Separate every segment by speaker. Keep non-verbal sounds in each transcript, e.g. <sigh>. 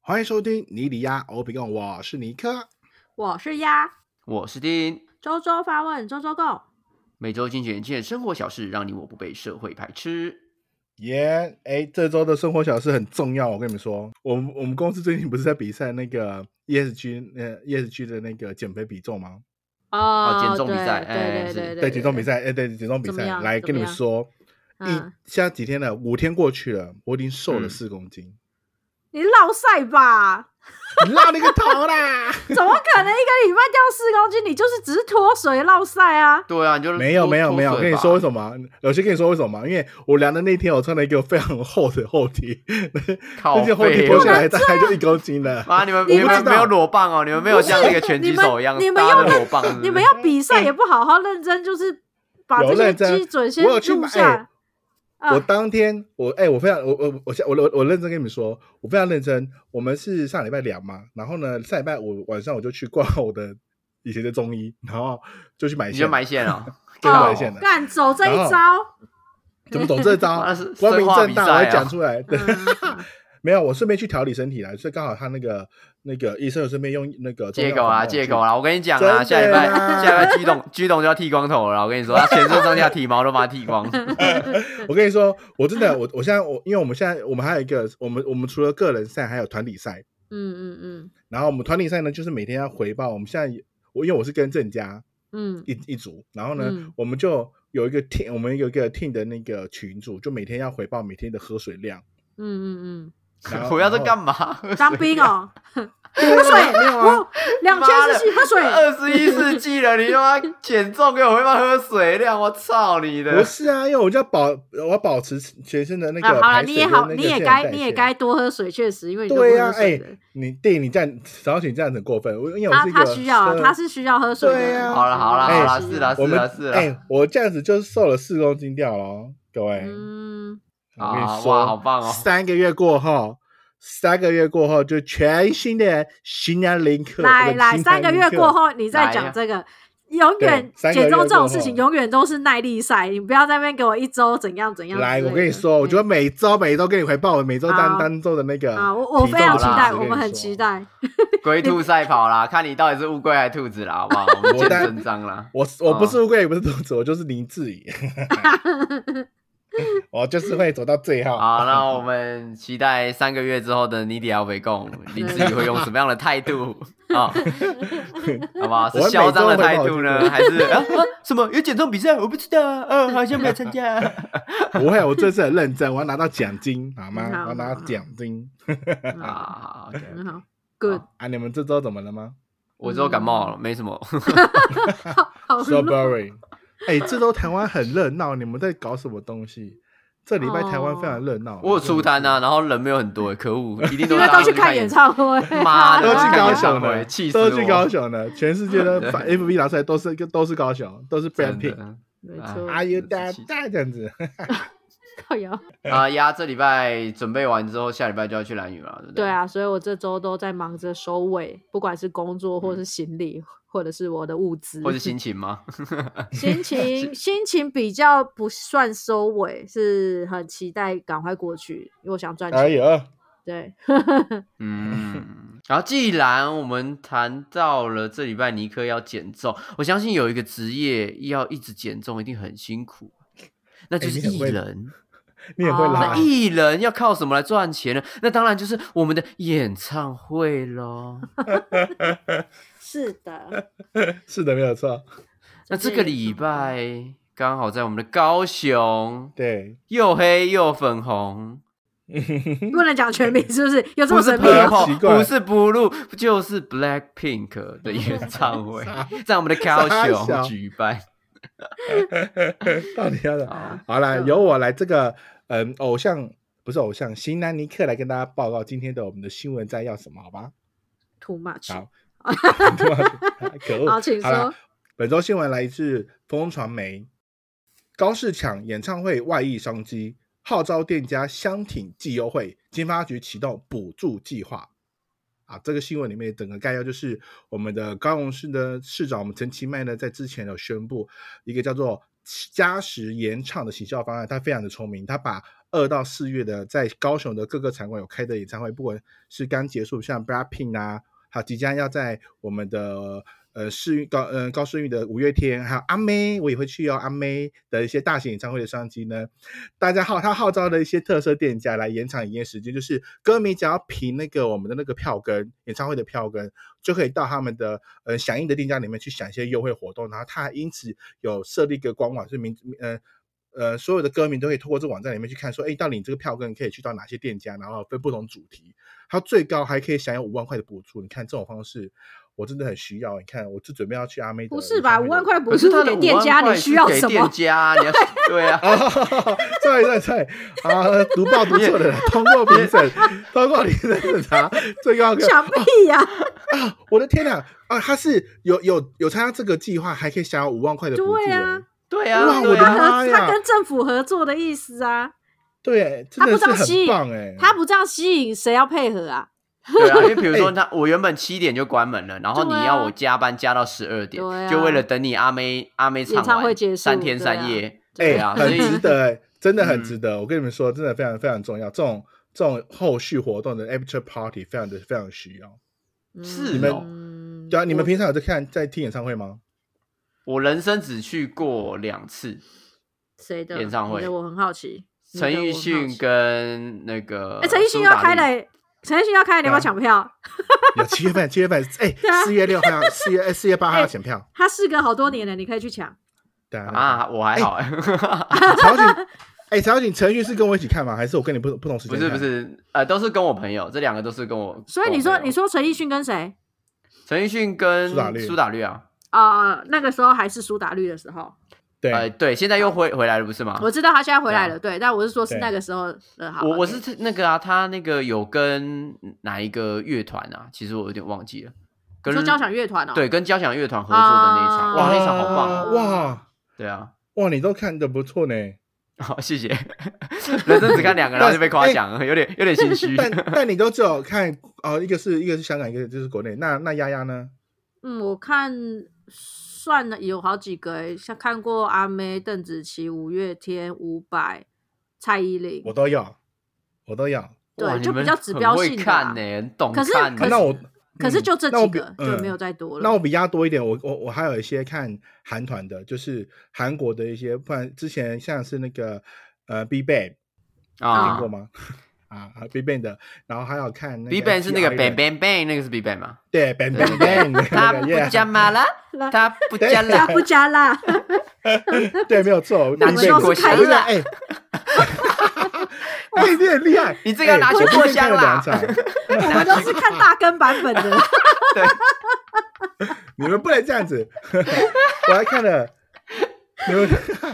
Speaker 1: 欢迎收听尼里亚欧比贡，我是尼克。
Speaker 2: 我是鸭，
Speaker 3: 我是丁，
Speaker 2: 周周发问，周周共。
Speaker 3: 每周精选一件生活小事，让你我不被社会排斥。
Speaker 1: 耶，哎，这周的生活小事很重要，我跟你们说，我们我们公司最近不是在比赛那个 ESG 呃 ESG 的那个减肥比重吗？
Speaker 2: 哦
Speaker 3: 减重比赛
Speaker 2: 对
Speaker 3: 哎
Speaker 2: 对
Speaker 3: 是
Speaker 2: 对对
Speaker 1: 对，减重比，赛，哎，对，减重比
Speaker 2: 怎么
Speaker 1: 赛，
Speaker 2: 样
Speaker 1: 来
Speaker 2: 怎
Speaker 1: 跟你
Speaker 2: 么
Speaker 1: 们
Speaker 2: 样
Speaker 1: 说，一
Speaker 2: 嗯，
Speaker 1: 现在几天了，五天过去了，我已经瘦了
Speaker 3: 嗯
Speaker 1: 四公斤，
Speaker 2: 你落赛吧？
Speaker 1: 你落你个头
Speaker 3: <laughs>
Speaker 1: 啦！
Speaker 2: 怎么可能一个礼拜掉四公斤？你就是只是脱水落赛啊？ <laughs>
Speaker 3: 对啊，你就
Speaker 1: 没有没有没有，我跟你说为
Speaker 3: 么？
Speaker 1: 什么吗？老师跟你说为什么吗？因为我量的那天，我穿了一个非常厚的厚 T，
Speaker 3: 靠
Speaker 1: 那件厚 T
Speaker 3: 背
Speaker 1: 脱
Speaker 3: 哦
Speaker 1: <laughs> 下来大概就一公斤了。
Speaker 3: 妈，你们
Speaker 2: 你
Speaker 3: 你
Speaker 2: 不
Speaker 3: 们
Speaker 1: 知道
Speaker 3: 没有裸棒哦，你们没有像那个拳击手一样
Speaker 2: 你们
Speaker 3: 搭
Speaker 2: 你
Speaker 3: 着
Speaker 2: 们
Speaker 3: 裸棒是不是
Speaker 2: 你们要比赛也不好好认真，就是把
Speaker 1: 嗯有
Speaker 2: 这些
Speaker 1: 认真啊
Speaker 2: 基准先
Speaker 1: 我有去买哎
Speaker 2: 录下。
Speaker 1: 我
Speaker 2: 啊，
Speaker 1: 当天我哎、我非常我我我我我我认真跟你们说，我非常认真。我们是上礼拜两嘛，然后呢，上礼拜五晚上我就去逛我的以前的中医，然后就去买
Speaker 3: 你
Speaker 1: 线，
Speaker 3: 就埋
Speaker 1: <laughs>
Speaker 3: 线了，
Speaker 1: 就去买
Speaker 3: 哦？
Speaker 1: 线了。
Speaker 2: 干走这
Speaker 1: 然
Speaker 2: 一
Speaker 1: 后 <laughs>
Speaker 2: 招。
Speaker 1: 怎么走这招
Speaker 3: 那是
Speaker 1: 光明正大，我
Speaker 3: 生化比赛
Speaker 1: 会
Speaker 3: 啊
Speaker 1: 讲出来。对，
Speaker 2: 嗯
Speaker 1: 没有，我顺便去调理身体啦，所以刚好他那个那个医生有顺便用那个中药
Speaker 3: 借口啊
Speaker 1: 防
Speaker 3: 借
Speaker 1: 治
Speaker 3: 口啊！我跟你讲啊，下
Speaker 1: 真
Speaker 3: 礼
Speaker 1: 的
Speaker 3: 拜
Speaker 1: 啦
Speaker 3: 下礼拜居董居董就要剃光头了啦，我跟你说，他全身上下体毛都把它剃光。
Speaker 1: 我跟你说，我真的，我我现在我，因为我们现在我们还有一个，我们我们除了个人赛，还有团体赛。
Speaker 2: 嗯嗯
Speaker 1: 然后我们团体赛呢，就是每天要回报。我们现在我因为我是跟郑家
Speaker 2: 嗯
Speaker 1: 一一组，然后呢，
Speaker 2: 嗯
Speaker 1: 我们就有一个 team，我们有一个 team 的那个群组，就每天要回报每天的喝水量。
Speaker 2: 嗯嗯嗯
Speaker 1: 然后
Speaker 3: 我要这干嘛？
Speaker 2: 嗯，当
Speaker 1: <laughs>
Speaker 2: 兵哦，
Speaker 1: 喝
Speaker 2: 喝水，
Speaker 1: 啊没有啊？
Speaker 2: 哦，两千四十喝水，
Speaker 3: 二十一世纪了，你他妈减重给我他妈喝水量，我操你
Speaker 1: 不
Speaker 3: 的！
Speaker 1: 是啊，因为我就要保，我要保持全身的那
Speaker 2: 啊，
Speaker 1: 个
Speaker 2: 好了，
Speaker 1: 排水
Speaker 2: 你也
Speaker 1: 跟
Speaker 2: 好，
Speaker 1: 那个
Speaker 2: 你
Speaker 1: 新
Speaker 2: 也
Speaker 1: 陈
Speaker 2: 该，
Speaker 1: 代
Speaker 2: 你也
Speaker 1: 谢。啊
Speaker 2: 该多喝水，确实，因为你都不
Speaker 1: 对呀、
Speaker 2: 喝
Speaker 1: 啊，
Speaker 2: 水
Speaker 1: 哎、
Speaker 2: 的。
Speaker 1: 你对你这样，小雪这样子很过分。我因为我
Speaker 2: 他
Speaker 1: 是一
Speaker 2: 他
Speaker 1: 个
Speaker 2: 需要啊，
Speaker 1: 生
Speaker 2: 他是需要喝水
Speaker 1: 对
Speaker 2: 的。
Speaker 1: 啊
Speaker 3: 好了好了好
Speaker 1: 哎
Speaker 3: 了，是啦
Speaker 1: 我
Speaker 3: 是
Speaker 1: 们
Speaker 3: 啦是啦啊
Speaker 1: 哎、。我这样子就瘦了四公斤掉了哦，各位。
Speaker 2: 嗯，
Speaker 1: 我跟
Speaker 3: 啊
Speaker 1: 你说，
Speaker 3: 哇好棒哦
Speaker 1: 三个月过后，三个月过后就全新的新年林克。
Speaker 2: 来
Speaker 1: 不
Speaker 2: 来，三个月过，后你再
Speaker 3: 来
Speaker 2: 讲
Speaker 3: 呀
Speaker 2: 这个，永远
Speaker 1: 三个
Speaker 2: 减重
Speaker 1: 月
Speaker 2: 这种
Speaker 1: 过
Speaker 2: 事情
Speaker 1: 后
Speaker 2: 永远都是耐力赛，你不要在那边给我一周怎样怎
Speaker 1: 新
Speaker 2: 样
Speaker 1: 开运课来，
Speaker 2: 之类的。
Speaker 1: 我跟你说，我觉得
Speaker 2: 哎
Speaker 1: 每周每周跟你回报，我每周单
Speaker 2: 好
Speaker 1: 单周的那个
Speaker 2: 啊，我我
Speaker 1: 体
Speaker 2: 非
Speaker 1: 重的
Speaker 2: 常期
Speaker 1: 数
Speaker 3: 啦
Speaker 2: 待，
Speaker 1: 字
Speaker 2: 我
Speaker 1: 跟
Speaker 2: 们
Speaker 1: 你
Speaker 2: 很
Speaker 1: 说 <laughs>
Speaker 2: 期。待。
Speaker 3: 龟兔赛跑啦， <laughs> 看你到底是乌龟还是兔子啦，
Speaker 1: <laughs>
Speaker 3: 好不好？我
Speaker 1: 我
Speaker 3: 们见
Speaker 1: 当
Speaker 3: 真章啦。
Speaker 1: 我我不是
Speaker 3: 嗯
Speaker 1: 乌龟，也不是兔子，我就是林志颖， <laughs> 我就是会走到最后。
Speaker 3: 好，那我们期待三个月之后的尼迪亚围攻，你自己会用什么样的态
Speaker 1: <laughs>
Speaker 3: 度啊？好不好？是
Speaker 1: 我会
Speaker 3: 嚣张的
Speaker 1: 每周回
Speaker 3: 态
Speaker 1: 报
Speaker 3: 度呢，还是啊啊什么有减重比赛？我不知道啊，嗯，好像没有参加。
Speaker 1: <laughs> 不会，我这次很认真，我要拿到奖金，好吗？
Speaker 2: 嗯好
Speaker 1: 我要拿
Speaker 2: 好
Speaker 1: 到
Speaker 2: 好
Speaker 1: 奖金。
Speaker 2: 嗯
Speaker 3: 啊，好，OK，
Speaker 2: <laughs> 很好，Good，
Speaker 1: 啊，你们这周怎么了吗
Speaker 3: 我之后感冒了，没什么。
Speaker 2: 好哦弱
Speaker 1: ？Strawberry，哎、这周台湾很热闹，你们在搞什么东西？这礼拜台湾非常热闹、嗯
Speaker 3: 我有出单啊，然后人没有很多，可恶，一定
Speaker 2: 因
Speaker 3: 都
Speaker 2: 为
Speaker 3: 大
Speaker 2: 都
Speaker 3: 家
Speaker 2: 去看演唱会，
Speaker 3: 妈
Speaker 1: 都
Speaker 3: 的
Speaker 1: 去高
Speaker 3: 看演唱
Speaker 1: 雄的
Speaker 3: 会，气死
Speaker 1: 都
Speaker 3: 我
Speaker 1: 去高雄的，全世界的
Speaker 3: <laughs> 对
Speaker 1: 把 FV 拿出来都是都是高雄，都是 b r a n
Speaker 3: 真
Speaker 1: d Pink。
Speaker 3: 的
Speaker 2: 没
Speaker 3: 哎
Speaker 2: 错，
Speaker 1: Are you that
Speaker 3: 气
Speaker 1: that 这样子？
Speaker 2: 靠摇。
Speaker 3: 啊！丫这礼拜准备完之后，下礼拜就要去蓝屿了，对不
Speaker 2: 对，啊，所以我这周都在忙着收尾，不管是工作或是行李，或者是我的物资，
Speaker 3: 嗯或是心情吗？
Speaker 2: 心情心情比较不算收尾，是很期待赶快过去，因为我想赚
Speaker 1: 哎
Speaker 2: 钱。
Speaker 1: 呦，
Speaker 2: 对，
Speaker 3: 嗯，然后既然我们谈到了这礼拜尼克要减重，我相信有一个职业要一直减重一定很辛苦，那就是
Speaker 1: 哎你很
Speaker 3: 艺
Speaker 1: 会
Speaker 3: 人。
Speaker 1: 你也会拉
Speaker 3: 那
Speaker 2: 啊？
Speaker 3: 艺人要靠什么来赚钱呢？那当然就是我们的演唱会喽。
Speaker 2: 是的， <laughs>
Speaker 1: 是的，没有错。
Speaker 3: 那这个
Speaker 2: 嗯
Speaker 3: 礼拜刚好在我们的高
Speaker 2: <laughs>
Speaker 3: 雄，
Speaker 1: 对，
Speaker 3: 又黑又粉红，
Speaker 2: 不能讲
Speaker 3: <laughs>
Speaker 2: 全名是不是？有这
Speaker 3: 不
Speaker 2: 么
Speaker 3: 是
Speaker 2: 神秘
Speaker 1: 朋友
Speaker 2: 哦？
Speaker 1: 奇
Speaker 3: Purple，
Speaker 1: 怪
Speaker 3: 不是 Blue，就是 Black Pink 的演唱
Speaker 2: <laughs>
Speaker 3: 会
Speaker 1: 傻，
Speaker 3: 在我们的高
Speaker 1: 傻
Speaker 3: 雄
Speaker 1: 小
Speaker 3: 举办。
Speaker 1: 到底要的。
Speaker 3: 好
Speaker 1: 好啦，
Speaker 2: 嗯
Speaker 1: 由我来这个，嗯，偶像不是偶像，型男尼克来跟大家报告今天的我们的新闻摘要什么，好
Speaker 2: <laughs>
Speaker 1: 吧？ <laughs>
Speaker 2: ，too much。
Speaker 1: 好可恶！
Speaker 2: 好请
Speaker 1: 好啦
Speaker 2: 说
Speaker 1: 本周新闻来自风传媒，高市抢演唱会外溢商机，号召店家相挺季优惠，经发局启动补助计划。啊，这个新闻里面整个概要就是我们的高雄市的市长我们陈其迈呢，在之前有宣布一个叫做“嘉实延唱”的行销方案，他非常的聪明，他把二到四月的在高雄的各个场馆有开的演唱会，不管是刚结束像 Blackpink 啊，还有即将要在我们的呃世运高呃高世运的五月天，还有阿妹，我也会去哦，阿妹的一些大型演唱会的商机呢，大家号他号召了一些特色店家来延长营业时间，就是歌迷只要凭那个我们的那个票根，演唱会的票根，就可以到他们的呃响应的店家里面去享一些优惠活动，然后他还因此有设立一个官网，是民呃呃所有的歌迷都可以透过这个网站里面去看说，哎，到底你这个票根可以去到哪些店家，然后分不同主题，它最高还可以享有五万块的补助。你看这种方式，我真的很需要。你看，我就准备要去阿妹的
Speaker 2: 不
Speaker 1: 演
Speaker 2: 是
Speaker 1: 唱
Speaker 2: 吧？
Speaker 1: 会
Speaker 2: 五
Speaker 1: 了
Speaker 2: 万块不
Speaker 3: 可是他的
Speaker 2: 给
Speaker 3: 5
Speaker 2: 店
Speaker 3: 万
Speaker 2: 家，
Speaker 3: 块
Speaker 2: 你
Speaker 3: 是
Speaker 2: 需要
Speaker 3: 给
Speaker 2: 什
Speaker 3: 店
Speaker 2: 么？ <laughs>
Speaker 3: 家，你要对啊，
Speaker 1: 啊，对对对，啊，读报读错的人，通过评审，通过评审审查，最高个
Speaker 2: 想必呀、
Speaker 1: 啊，我的天哪，啊，他是有有有参加这个计划，还可以享有五万块的补助
Speaker 2: 对
Speaker 1: 欸，
Speaker 2: 啊
Speaker 3: 对
Speaker 1: 哇
Speaker 3: 啊，
Speaker 1: <laughs> 我的
Speaker 3: 对
Speaker 2: 他
Speaker 3: 啊，
Speaker 1: 妈
Speaker 2: 和
Speaker 1: 呀
Speaker 2: 他跟政府合作的意思啊，
Speaker 1: 对，
Speaker 2: 他
Speaker 1: 真
Speaker 2: 不
Speaker 1: 的
Speaker 2: 这
Speaker 1: 是
Speaker 2: 样吸
Speaker 1: 很
Speaker 2: 引
Speaker 1: 棒哎，
Speaker 2: 他不这样吸引，谁要配合啊？
Speaker 3: 对啊，因为比如说他，我原本七点就关门了，然后
Speaker 2: 哎对啊
Speaker 3: 你要我加班加到十二点
Speaker 2: 对，啊
Speaker 3: 就为了等你阿妹阿妹唱
Speaker 2: 演唱
Speaker 3: 完
Speaker 2: 会结束
Speaker 3: 三天
Speaker 2: 对
Speaker 3: 三
Speaker 2: 啊
Speaker 3: 夜，
Speaker 1: 哎、
Speaker 3: 对啊，所
Speaker 1: 很
Speaker 3: 以
Speaker 1: 值得、欸，真的很
Speaker 3: 嗯
Speaker 1: 值得。我跟你们说，真的非常非常重要，这种这种后续活动的 after party 非常的非常需要。
Speaker 3: 是
Speaker 1: 你
Speaker 3: 哦
Speaker 2: 嗯
Speaker 1: 对啊，你们
Speaker 2: 我
Speaker 1: 平常有在看在听演唱会吗？
Speaker 3: 我人生只去过两次，
Speaker 2: 谁的
Speaker 3: 演唱会
Speaker 2: 你的我很好奇。你的
Speaker 3: 陈奕
Speaker 2: 我很好
Speaker 3: 迅
Speaker 2: 奇
Speaker 3: 跟那个
Speaker 2: 哎，陈奕迅
Speaker 3: 苏打
Speaker 2: 要开
Speaker 3: 绿
Speaker 2: 了，陈奕迅要开了，你要不
Speaker 1: 对
Speaker 2: 要
Speaker 1: 啊
Speaker 2: 抢票？
Speaker 1: 有七月份，七月份，哎、
Speaker 2: 对啊
Speaker 1: 四月六号要，四月四月八号要
Speaker 2: 哎
Speaker 1: 抢票，
Speaker 2: 他事隔好多年了，你可以去抢。
Speaker 1: 对啊，
Speaker 3: 啊，我还好，
Speaker 1: 曹景，哎、曹景，陈旭是跟我一起看吗？还是我跟你不不同时
Speaker 3: 不
Speaker 1: 间？
Speaker 3: 是不，是，呃，都是跟我朋友，这两个都是跟我。
Speaker 2: 所以你
Speaker 3: 跟
Speaker 2: 说，
Speaker 3: 我朋友
Speaker 2: 你说陈奕迅跟谁？
Speaker 3: 陈奕迅跟
Speaker 1: 苏打绿
Speaker 3: 苏打绿啊，
Speaker 2: 啊，那个时候还是苏打绿的时候，
Speaker 1: 对，
Speaker 3: 呃，对，现在又回回来了，不是吗？
Speaker 2: 我知道他现在回来
Speaker 3: 啊对啊
Speaker 2: 了，对，但我是说是
Speaker 1: 对
Speaker 2: 那个时候，呃，好，
Speaker 3: 我我
Speaker 2: OK
Speaker 3: 是那个啊，他那个有跟哪一个乐团啊？其实我有点忘记了，
Speaker 2: 你
Speaker 3: 跟
Speaker 2: 说交响乐团哦，
Speaker 3: 对，跟交响乐团合作的那一场，
Speaker 2: 啊
Speaker 3: 哇，那一场好棒哦！
Speaker 1: 哇
Speaker 3: 对啊， <laughs>
Speaker 1: 哇，你都看的不错呢。
Speaker 3: 好谢 <laughs> 谢，人生只看两个，然后就被夸奖，有点有点心虚。
Speaker 1: 哎但但你都只有看哦，一个是一个是香港，一个就是国内。那那丫丫呢？
Speaker 2: 嗯，我看算了有好几个欸，像看过阿妹、邓紫棋、五月天、伍佰、蔡依林
Speaker 1: 我，都要，我都要。
Speaker 3: 哇
Speaker 2: <laughs> 对，
Speaker 3: 你
Speaker 2: 就比
Speaker 3: 们
Speaker 2: 较指标
Speaker 3: 很
Speaker 2: 性
Speaker 3: 会
Speaker 2: 的啊
Speaker 3: 看。呢，很懂
Speaker 2: 可是
Speaker 3: 看呢。
Speaker 2: 可
Speaker 1: 啊那我
Speaker 2: 可是
Speaker 1: 嗯
Speaker 2: 就这
Speaker 1: 那我
Speaker 2: 几
Speaker 1: 比
Speaker 2: 个，就没有
Speaker 1: 嗯
Speaker 2: 再多了。
Speaker 1: 那我比丫多一点，我我我还有一些看韩团的，就是韩国的一些，不然之前像是那个呃 B Ban 听
Speaker 3: 啊
Speaker 1: 过吗？啊，B Ban 的，然后还有看那个
Speaker 3: ，B Ban 是那个
Speaker 1: NCT Island
Speaker 3: Bang Bang Bang，那个是 B Ban 吗？
Speaker 1: 对 Ban
Speaker 3: 对
Speaker 1: Ban
Speaker 3: 对
Speaker 1: Ban，
Speaker 3: 对， <laughs> 他不加码
Speaker 1: <laughs>
Speaker 3: 了，
Speaker 2: 啦
Speaker 3: 他不加
Speaker 2: 加
Speaker 3: 了，
Speaker 2: <laughs> 不加
Speaker 3: <laughs>
Speaker 2: 啦？
Speaker 1: 对，没有错，
Speaker 3: 拿
Speaker 1: 对
Speaker 3: 去
Speaker 1: 对
Speaker 3: 过
Speaker 1: 我
Speaker 3: 香
Speaker 1: 跟你讲
Speaker 3: 啦
Speaker 1: 哎，哎，你很厉害，
Speaker 3: <laughs> 你这个要
Speaker 1: 哎
Speaker 3: 拿去
Speaker 1: 我最近
Speaker 3: 过香
Speaker 1: 看了
Speaker 3: 啦
Speaker 1: 两场
Speaker 2: 我们都是看大根版本
Speaker 3: <laughs>
Speaker 2: 的。
Speaker 1: 你们不能这样子。 <laughs> 我还看了，你们，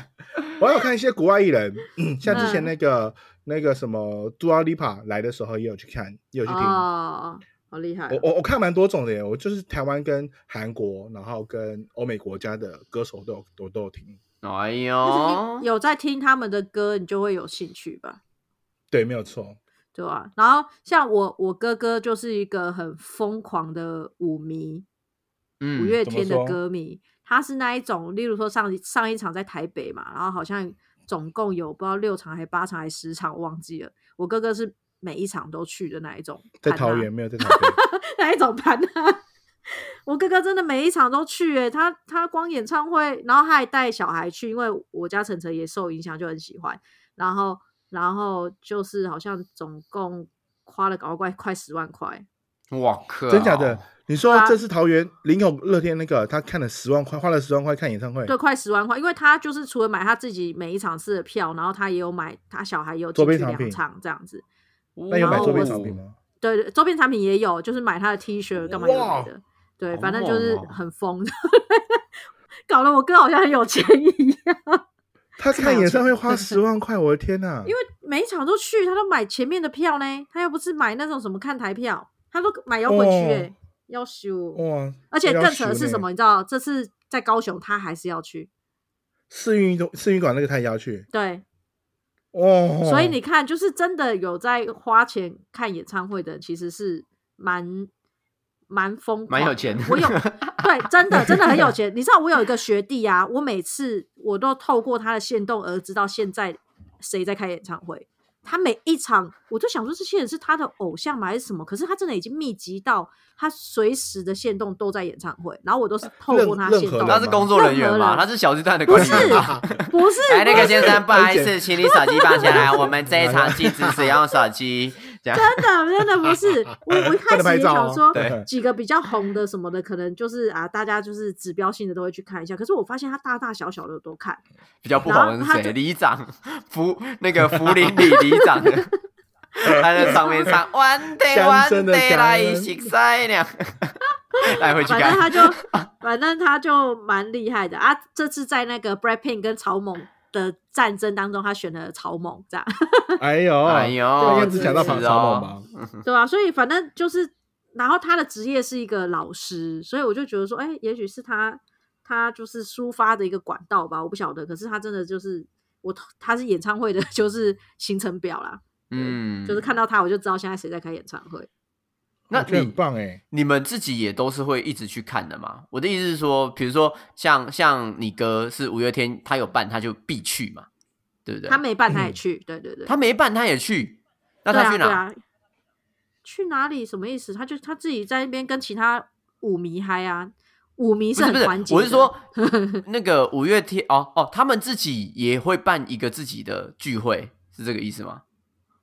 Speaker 1: <laughs> 我还有看一些国外艺人，嗯像之前那个那个什么 Dua Lipa 来的时候也有去看，也有去听。
Speaker 2: 哦，好厉害
Speaker 1: 我！我我看蛮多种的耶，我就是台湾跟韩国，然后跟欧美国家的歌手都有都都有听。
Speaker 3: 哎
Speaker 2: 就是
Speaker 3: 呦
Speaker 1: <laughs>
Speaker 2: 你，有在听他们的歌，你就会有兴趣吧？
Speaker 1: 对，没有错。
Speaker 2: 对吧、然后像我，我哥哥就是一个很疯狂的舞迷，
Speaker 3: 嗯
Speaker 2: 五月
Speaker 1: 怎么
Speaker 2: 天的
Speaker 1: 说
Speaker 2: 歌迷，他是那一种，例如说上一上一场在台北嘛，然后好像总共有不知道六场还八场还十场，我忘记了。我哥哥是每一场都去的那一种，
Speaker 1: 在
Speaker 2: 盘啊
Speaker 1: 桃园没有在桃园，
Speaker 2: <laughs> 那一种盘啊。我哥哥真的每一场都去、欸，他他光演唱会，然后他还带小孩去，因为我家晨晨也受影响，就很喜欢。然后然后就是好像总共花了搞快快十万块，
Speaker 3: 哇靠，
Speaker 1: 真假的？你说
Speaker 2: 对啊
Speaker 1: 这次桃园林口乐天那个，他看了十万块，花了十万块看演唱会，
Speaker 2: 对，快十万块，因为他就是除了买他自己每一场次的票，然后他也有买他小孩也有
Speaker 1: 周
Speaker 2: 进
Speaker 1: 边
Speaker 2: 去
Speaker 1: 产品
Speaker 2: 两场这样子。
Speaker 3: 哦
Speaker 1: 那有买
Speaker 2: 然后
Speaker 1: 周边
Speaker 2: 我
Speaker 1: 商品吗？
Speaker 2: 对，对周边产品也有，就是买他的 T 恤干嘛有的没的。对，
Speaker 3: 好
Speaker 2: 反正就是
Speaker 3: 猛哦
Speaker 2: 很疯， <laughs> 搞得我哥好像很有钱一样。
Speaker 1: 他
Speaker 2: 蛮
Speaker 1: 看
Speaker 2: 有
Speaker 1: 演唱
Speaker 2: 趣
Speaker 1: 会
Speaker 2: 的
Speaker 1: 花十万块，我的天呐！
Speaker 2: 因为每一场都去，他都买前面的票呢，他又不是买那种什么看台票，他都买摇滚区
Speaker 1: 哦
Speaker 2: 诶，要修。
Speaker 1: 哇，
Speaker 2: 而且
Speaker 1: 要
Speaker 2: 更扯
Speaker 1: 修
Speaker 2: 的是
Speaker 1: 呢
Speaker 2: 什么？？你知道，这次在高雄他还是要去，
Speaker 1: 试运动试运馆那个他也要去
Speaker 2: 对，
Speaker 1: 哦，
Speaker 2: 所以你看，就是真的有在花钱看演唱会的人，其实是蛮蛮疯狂的，
Speaker 3: 蛮有钱的
Speaker 2: 我有
Speaker 1: <laughs>
Speaker 2: 对，真的真的很有钱。你知道我有一个学弟啊，我每次我都透过他的线动而知道现在谁在开演唱会。他每一场，我就想说这些人是他的偶像吗，还是什么？可是他真的已经密集到他随时的限动都在演唱会，然后我都是透过他
Speaker 1: 任
Speaker 2: 限
Speaker 1: 任何人
Speaker 2: 动的，
Speaker 3: <laughs> 他是工作人员
Speaker 2: 任何
Speaker 3: 嘛，
Speaker 2: 人
Speaker 3: 他是小巨蛋的
Speaker 2: 不
Speaker 3: 管理
Speaker 2: 是
Speaker 3: 员嘛。
Speaker 2: 不是
Speaker 3: 哎，那个先生，不好意
Speaker 1: 而 <laughs> 且
Speaker 3: 思，请你手机放下来，我们这一场禁止使用手
Speaker 1: <laughs>
Speaker 3: 机。这样，
Speaker 2: 真的真的不
Speaker 3: <laughs>
Speaker 2: 是，我我一
Speaker 1: 不
Speaker 2: 开
Speaker 1: 能
Speaker 2: 始
Speaker 1: 拍
Speaker 2: 也
Speaker 1: 照
Speaker 2: 想
Speaker 1: 哦。
Speaker 2: 说，
Speaker 3: 对
Speaker 2: 几个比较红的什么的，可能就是啊，大家就是指标性的都会去看一下。可是我发现他大大小小的都看，
Speaker 3: 比较不好的
Speaker 2: 然
Speaker 3: 是
Speaker 2: 后他
Speaker 3: 谁？
Speaker 2: 就
Speaker 3: 里长，福那个福林里里
Speaker 1: <laughs>
Speaker 3: 长的，他在上面唱 One Day
Speaker 1: 乡
Speaker 3: One
Speaker 1: 村的
Speaker 3: Day
Speaker 1: 感
Speaker 3: 来
Speaker 1: 恩
Speaker 3: 洗
Speaker 1: <laughs>
Speaker 3: 晒呢，来回去
Speaker 2: 啊反正
Speaker 3: 看。 <laughs>
Speaker 2: 他就反正他就蛮厉害的啊。这次在那个 Brad Pitt 跟草蜢的战争当中，他选了草蜢，这样
Speaker 1: <laughs> 哎呦，
Speaker 3: 哎
Speaker 1: 这
Speaker 3: 呦，
Speaker 1: 应该只想到
Speaker 3: 是
Speaker 1: 庞
Speaker 3: 哦
Speaker 1: 草蜢吧？
Speaker 2: <laughs> 对吧、所以反正就是，然后他的职业是一个老师，所以我就觉得说，哎、也许是他他就是抒发的一个管道吧，我不晓得。可是他真的就是我，他是演唱会的，就是行程表啦。
Speaker 3: 嗯，
Speaker 2: 就是看到他，我就知道现在谁在开演唱会。
Speaker 3: 那
Speaker 1: 我觉得很
Speaker 3: 你
Speaker 1: 棒哎，
Speaker 3: 你们自己也都是会一直去看的吗？我的意思是说，比如说像像你哥是五月天，他有办他就必去嘛，对不对？
Speaker 2: 他没办，他也去。对对对，
Speaker 3: 他没办他也去，那
Speaker 2: 对
Speaker 3: 他
Speaker 2: 啊
Speaker 3: 去哪？
Speaker 2: 对啊？去哪里？什么意思？他就他自己在那边跟其他舞迷嗨啊，舞迷
Speaker 3: 不是
Speaker 2: 很
Speaker 3: 不是
Speaker 2: 团，结。
Speaker 3: 我是，说那个五月天哦哦，他们自己也会办一个自己的聚会，是这个意思吗？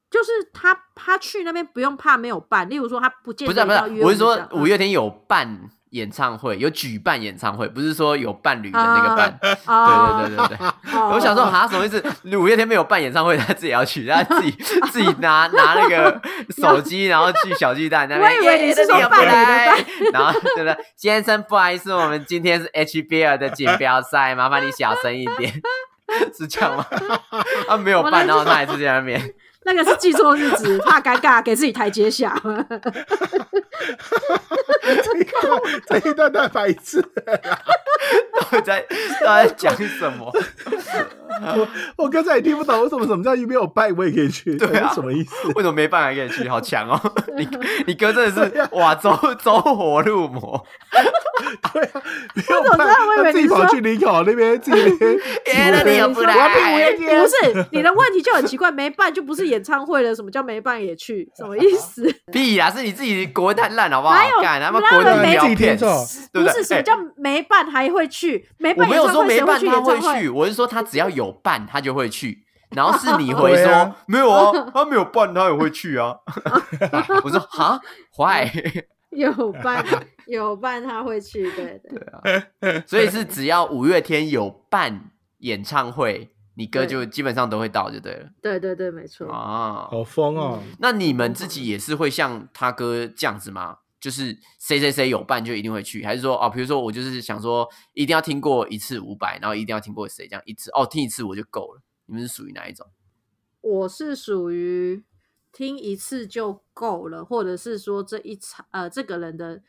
Speaker 2: 就是他他去那边不用怕没有伴，例如说他不见
Speaker 3: 不
Speaker 2: 得
Speaker 3: 是啊、不是啊、
Speaker 2: 一定要约
Speaker 3: 我是说
Speaker 2: 们这样
Speaker 3: 五月天有办演唱会，有举办演唱会，不是说有伴侣的那个伴。
Speaker 2: 啊，
Speaker 3: 对对对对对。
Speaker 2: 对对
Speaker 3: 我想说，哈，什么意思？
Speaker 2: 哦
Speaker 3: 五月天没有办演唱会，他自己要去，
Speaker 2: <laughs>
Speaker 3: 他自己自己拿拿那个手机，然后去小巨蛋那边。
Speaker 2: 我以为你是说
Speaker 3: 耶
Speaker 2: 伴侣的
Speaker 3: 来
Speaker 2: 伴
Speaker 3: 然后对不对？先生，不好意思，我们今天是 HBL 的锦标赛，麻烦你小声一点。是这样吗？他没有
Speaker 2: 我来
Speaker 3: 办，
Speaker 2: 知
Speaker 3: 然
Speaker 2: 道
Speaker 3: 后他还是在那边。
Speaker 2: 那个是记错日子，怕尴尬，给自己台阶下。 <laughs>
Speaker 1: 这一段 <laughs> 这一段太白痴了。
Speaker 3: 到底在到底在讲什么？
Speaker 1: 我刚才也听不懂，为什么什么叫没有拜我也可以去？
Speaker 3: <laughs>
Speaker 1: 哎
Speaker 3: 对
Speaker 1: 这
Speaker 3: 啊
Speaker 1: 是什么意思？
Speaker 3: 为什么没办还可以去？好强哦！你你哥真的是哇，走走火入魔。
Speaker 1: 没有
Speaker 2: 我怎么
Speaker 1: 拜
Speaker 2: 知道我以为
Speaker 1: 他自己
Speaker 2: 你说
Speaker 1: 跑去林口那边自己
Speaker 3: <laughs>
Speaker 1: 那边
Speaker 3: 耶，哎那你有不
Speaker 2: 我
Speaker 3: 来？
Speaker 2: 要
Speaker 1: 拼五月天
Speaker 2: 不是你的问题就很奇怪，没办就不是演唱会了，什么叫没办也去？什么意思？
Speaker 3: 屁啊啦，是你自己国太烂好不好
Speaker 2: 哪？有
Speaker 3: 干他妈
Speaker 2: 哪
Speaker 3: 国
Speaker 2: 有
Speaker 3: <laughs> 的
Speaker 2: 人
Speaker 3: 聊
Speaker 1: 自己
Speaker 3: 天
Speaker 1: 听，众
Speaker 3: <laughs> 对
Speaker 2: 不
Speaker 3: 对？
Speaker 2: 是什么
Speaker 3: 哎
Speaker 2: 叫没办还会去？没
Speaker 3: 我
Speaker 2: 办
Speaker 3: 没
Speaker 2: 演
Speaker 3: 有
Speaker 2: 唱
Speaker 3: 说
Speaker 2: 会
Speaker 3: 没
Speaker 2: 谁
Speaker 3: 办
Speaker 2: 去
Speaker 3: 他
Speaker 2: 演
Speaker 3: 会
Speaker 2: 唱会
Speaker 3: 去，？我是说他只要有办他就会去。然
Speaker 2: <laughs>
Speaker 3: 后是你回
Speaker 1: 对
Speaker 3: 说
Speaker 1: 啊
Speaker 3: 没有啊，他没有办他也会去啊。 <laughs> 我说哈坏，
Speaker 2: <laughs> 有伴，有伴他会去，对对。
Speaker 3: <laughs> 所以是只要五月天有办演唱会，你哥
Speaker 2: 对
Speaker 3: 就基本上都会到就对了
Speaker 2: 对对对，没错。
Speaker 3: 啊。
Speaker 1: 好疯哦！
Speaker 3: 那你们自己也是会像他哥这样子吗？就是谁谁谁有伴就一定会去，还是说哦，比如说我就是想说一定要听过一次五百，然后一定要听过谁这样一次哦，听一次我就够了。你们是属于哪一种？
Speaker 2: 我是属于听一次就够了，或者是说这一场呃这个人的